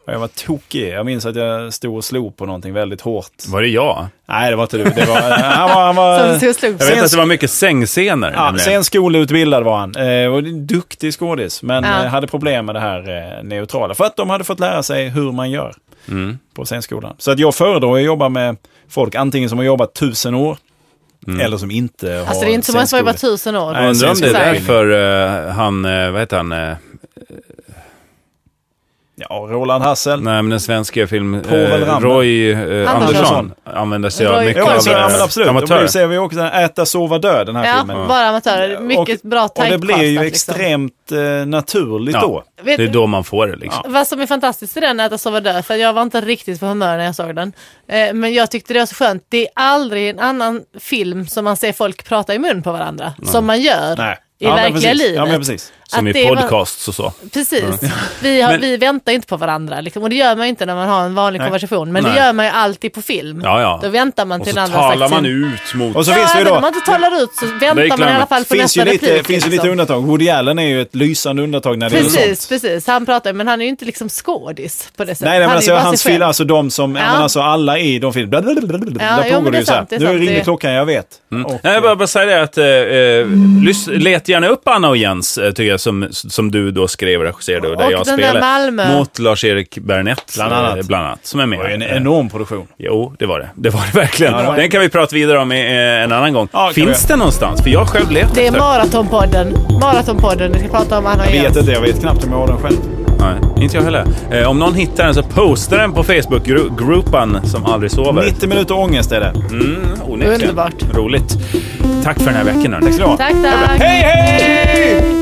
[SPEAKER 2] Och jag var tokig. Jag minns att jag stod och slog på någonting väldigt hårt.
[SPEAKER 1] Var det jag?
[SPEAKER 2] Nej, det var inte du. Det var, han var, han
[SPEAKER 3] <laughs>
[SPEAKER 2] var,
[SPEAKER 3] Som slog
[SPEAKER 1] Jag
[SPEAKER 3] sig.
[SPEAKER 1] vet att det var mycket sängscener.
[SPEAKER 2] Ja,
[SPEAKER 1] nämligen.
[SPEAKER 2] sen skolutbildad var han. Eh, och en duktig skådis, men
[SPEAKER 3] Ja.
[SPEAKER 2] eh, hade problem med det här eh, neutrala. För att de hade fått lära sig hur man gör
[SPEAKER 1] Mm.
[SPEAKER 2] på scenskolan. Så att jag föredrar att jobba med folk, antingen som har jobbat tusen år,
[SPEAKER 1] Mm.
[SPEAKER 2] eller som inte har
[SPEAKER 3] Alltså det är inte så många som
[SPEAKER 2] scenskola.
[SPEAKER 3] har jobbat tusen år.
[SPEAKER 2] Nej,
[SPEAKER 1] Jag undrar om det är
[SPEAKER 3] Sängscener.
[SPEAKER 1] därför eh, han, eh, vad heter han, eh,
[SPEAKER 2] Ja, Roland Hassel.
[SPEAKER 1] nej men den svenska film,
[SPEAKER 2] Povel
[SPEAKER 1] eh,
[SPEAKER 2] Ramel.
[SPEAKER 1] Roy eh,
[SPEAKER 3] Andersson.
[SPEAKER 1] Andersson använder sig av
[SPEAKER 3] Roy-
[SPEAKER 1] mycket
[SPEAKER 2] Ja,
[SPEAKER 1] av
[SPEAKER 2] så, ja, men absolut.
[SPEAKER 1] eh,
[SPEAKER 2] Amatörer. Och
[SPEAKER 1] amatörer.
[SPEAKER 2] det ser vi också, den här Äta, sova, dö, den här
[SPEAKER 3] Ja,
[SPEAKER 2] filmen.
[SPEAKER 3] bara amatörer. Mycket bra
[SPEAKER 2] Och det
[SPEAKER 3] typecastat,
[SPEAKER 2] blir ju
[SPEAKER 3] liksom.
[SPEAKER 2] extremt eh, naturligt
[SPEAKER 1] Ja.
[SPEAKER 2] då.
[SPEAKER 1] Det är
[SPEAKER 3] Vet-
[SPEAKER 1] då man får det liksom.
[SPEAKER 3] Vad som är fantastiskt i den är att jag sova död, för jag var inte riktigt på humör när jag såg den. Eh, men jag tyckte det var så skönt. Det är aldrig en annan film som man ser folk prata i mun på varandra, som man gör
[SPEAKER 2] Nej.
[SPEAKER 3] i
[SPEAKER 2] Ja, men
[SPEAKER 3] verkliga
[SPEAKER 2] precis.
[SPEAKER 3] livet.
[SPEAKER 2] Ja, men precis.
[SPEAKER 1] Som
[SPEAKER 3] att
[SPEAKER 1] i
[SPEAKER 3] det var-
[SPEAKER 1] podcasts och så.
[SPEAKER 3] Precis. Vi, har,
[SPEAKER 2] Men-
[SPEAKER 3] vi väntar inte på varandra, liksom. och det gör man ju inte när man har en vanlig
[SPEAKER 2] Nej.
[SPEAKER 3] konversation, men
[SPEAKER 1] Nej.
[SPEAKER 3] det gör man ju alltid på film.
[SPEAKER 1] Ja, ja.
[SPEAKER 3] Då väntar man
[SPEAKER 1] Och
[SPEAKER 3] till
[SPEAKER 1] så
[SPEAKER 3] den andra har
[SPEAKER 1] talar
[SPEAKER 3] sagt
[SPEAKER 1] man
[SPEAKER 3] sin-
[SPEAKER 1] ut mot...
[SPEAKER 2] Och så
[SPEAKER 3] Ja,
[SPEAKER 2] finns det ju
[SPEAKER 3] även om
[SPEAKER 2] då...
[SPEAKER 3] man inte talar ut så väntar man i
[SPEAKER 1] Reklam.
[SPEAKER 3] alla fall på
[SPEAKER 2] finns
[SPEAKER 3] nästa
[SPEAKER 2] ju lite,
[SPEAKER 3] replik.
[SPEAKER 2] finns ju lite
[SPEAKER 3] liksom.
[SPEAKER 2] undantag. Woody Allen är ju ett lysande undantag när det gäller
[SPEAKER 3] Precis,
[SPEAKER 2] sånt.
[SPEAKER 3] precis. Han pratar ju, men han är ju inte liksom skådis på det sättet.
[SPEAKER 2] Nej, nej
[SPEAKER 3] han
[SPEAKER 2] men
[SPEAKER 3] är ju
[SPEAKER 2] alltså
[SPEAKER 3] bara
[SPEAKER 2] hans
[SPEAKER 3] sig själv.
[SPEAKER 2] film, alltså de som, ja.
[SPEAKER 3] Ja.
[SPEAKER 2] men alltså alla i de filmerna,
[SPEAKER 3] Ja,
[SPEAKER 2] där
[SPEAKER 3] jo, men
[SPEAKER 2] pågår
[SPEAKER 3] det
[SPEAKER 2] det
[SPEAKER 3] är
[SPEAKER 2] ju så här.
[SPEAKER 3] sant, det är
[SPEAKER 2] Nu
[SPEAKER 3] sant,
[SPEAKER 2] ringer
[SPEAKER 3] det-
[SPEAKER 2] klockan, jag vet. Och,
[SPEAKER 1] Nej, jag bara, bara säga det att eh, eh, lys- let gärna upp Anna och Jens, eh, tycker jag eh, som, som du då skrev och regisserade och där
[SPEAKER 3] Och
[SPEAKER 1] jag
[SPEAKER 3] den där
[SPEAKER 1] spelade.
[SPEAKER 3] Malmö.
[SPEAKER 1] Mot Lars-Erik Bernett.
[SPEAKER 2] Bland annat.
[SPEAKER 1] eh, Bland annat. Som är
[SPEAKER 2] Det
[SPEAKER 1] med.
[SPEAKER 2] var ju en
[SPEAKER 1] Eh,
[SPEAKER 2] enorm produktion.
[SPEAKER 1] Jo, det var det. Det var det <laughs> verkligen.
[SPEAKER 2] det var det.
[SPEAKER 1] Den kan vi prata vidare om eh, en annan gång.
[SPEAKER 2] Ja, kan vi
[SPEAKER 1] Finns
[SPEAKER 2] göra.
[SPEAKER 1] det någonstans? För jag har själv letar
[SPEAKER 3] Det är
[SPEAKER 1] efter den.
[SPEAKER 3] Maratonpodden. Maratonpodden. Vi ska prata om Anna och
[SPEAKER 2] Jag vet
[SPEAKER 3] Jens.
[SPEAKER 2] inte, jag vet knappt om jag har den själv.
[SPEAKER 1] Nej, inte jag heller. Eh, om någon hittar den så posta den på Facebook-gruppen som aldrig sover.
[SPEAKER 2] 90 minuter ångest är det.
[SPEAKER 1] Mm, onekligen.
[SPEAKER 3] Underbart.
[SPEAKER 1] Roligt. Tack för den här veckan. hörni.
[SPEAKER 2] Tack ska du ha.
[SPEAKER 3] Tack, tack.
[SPEAKER 1] Hej, hej!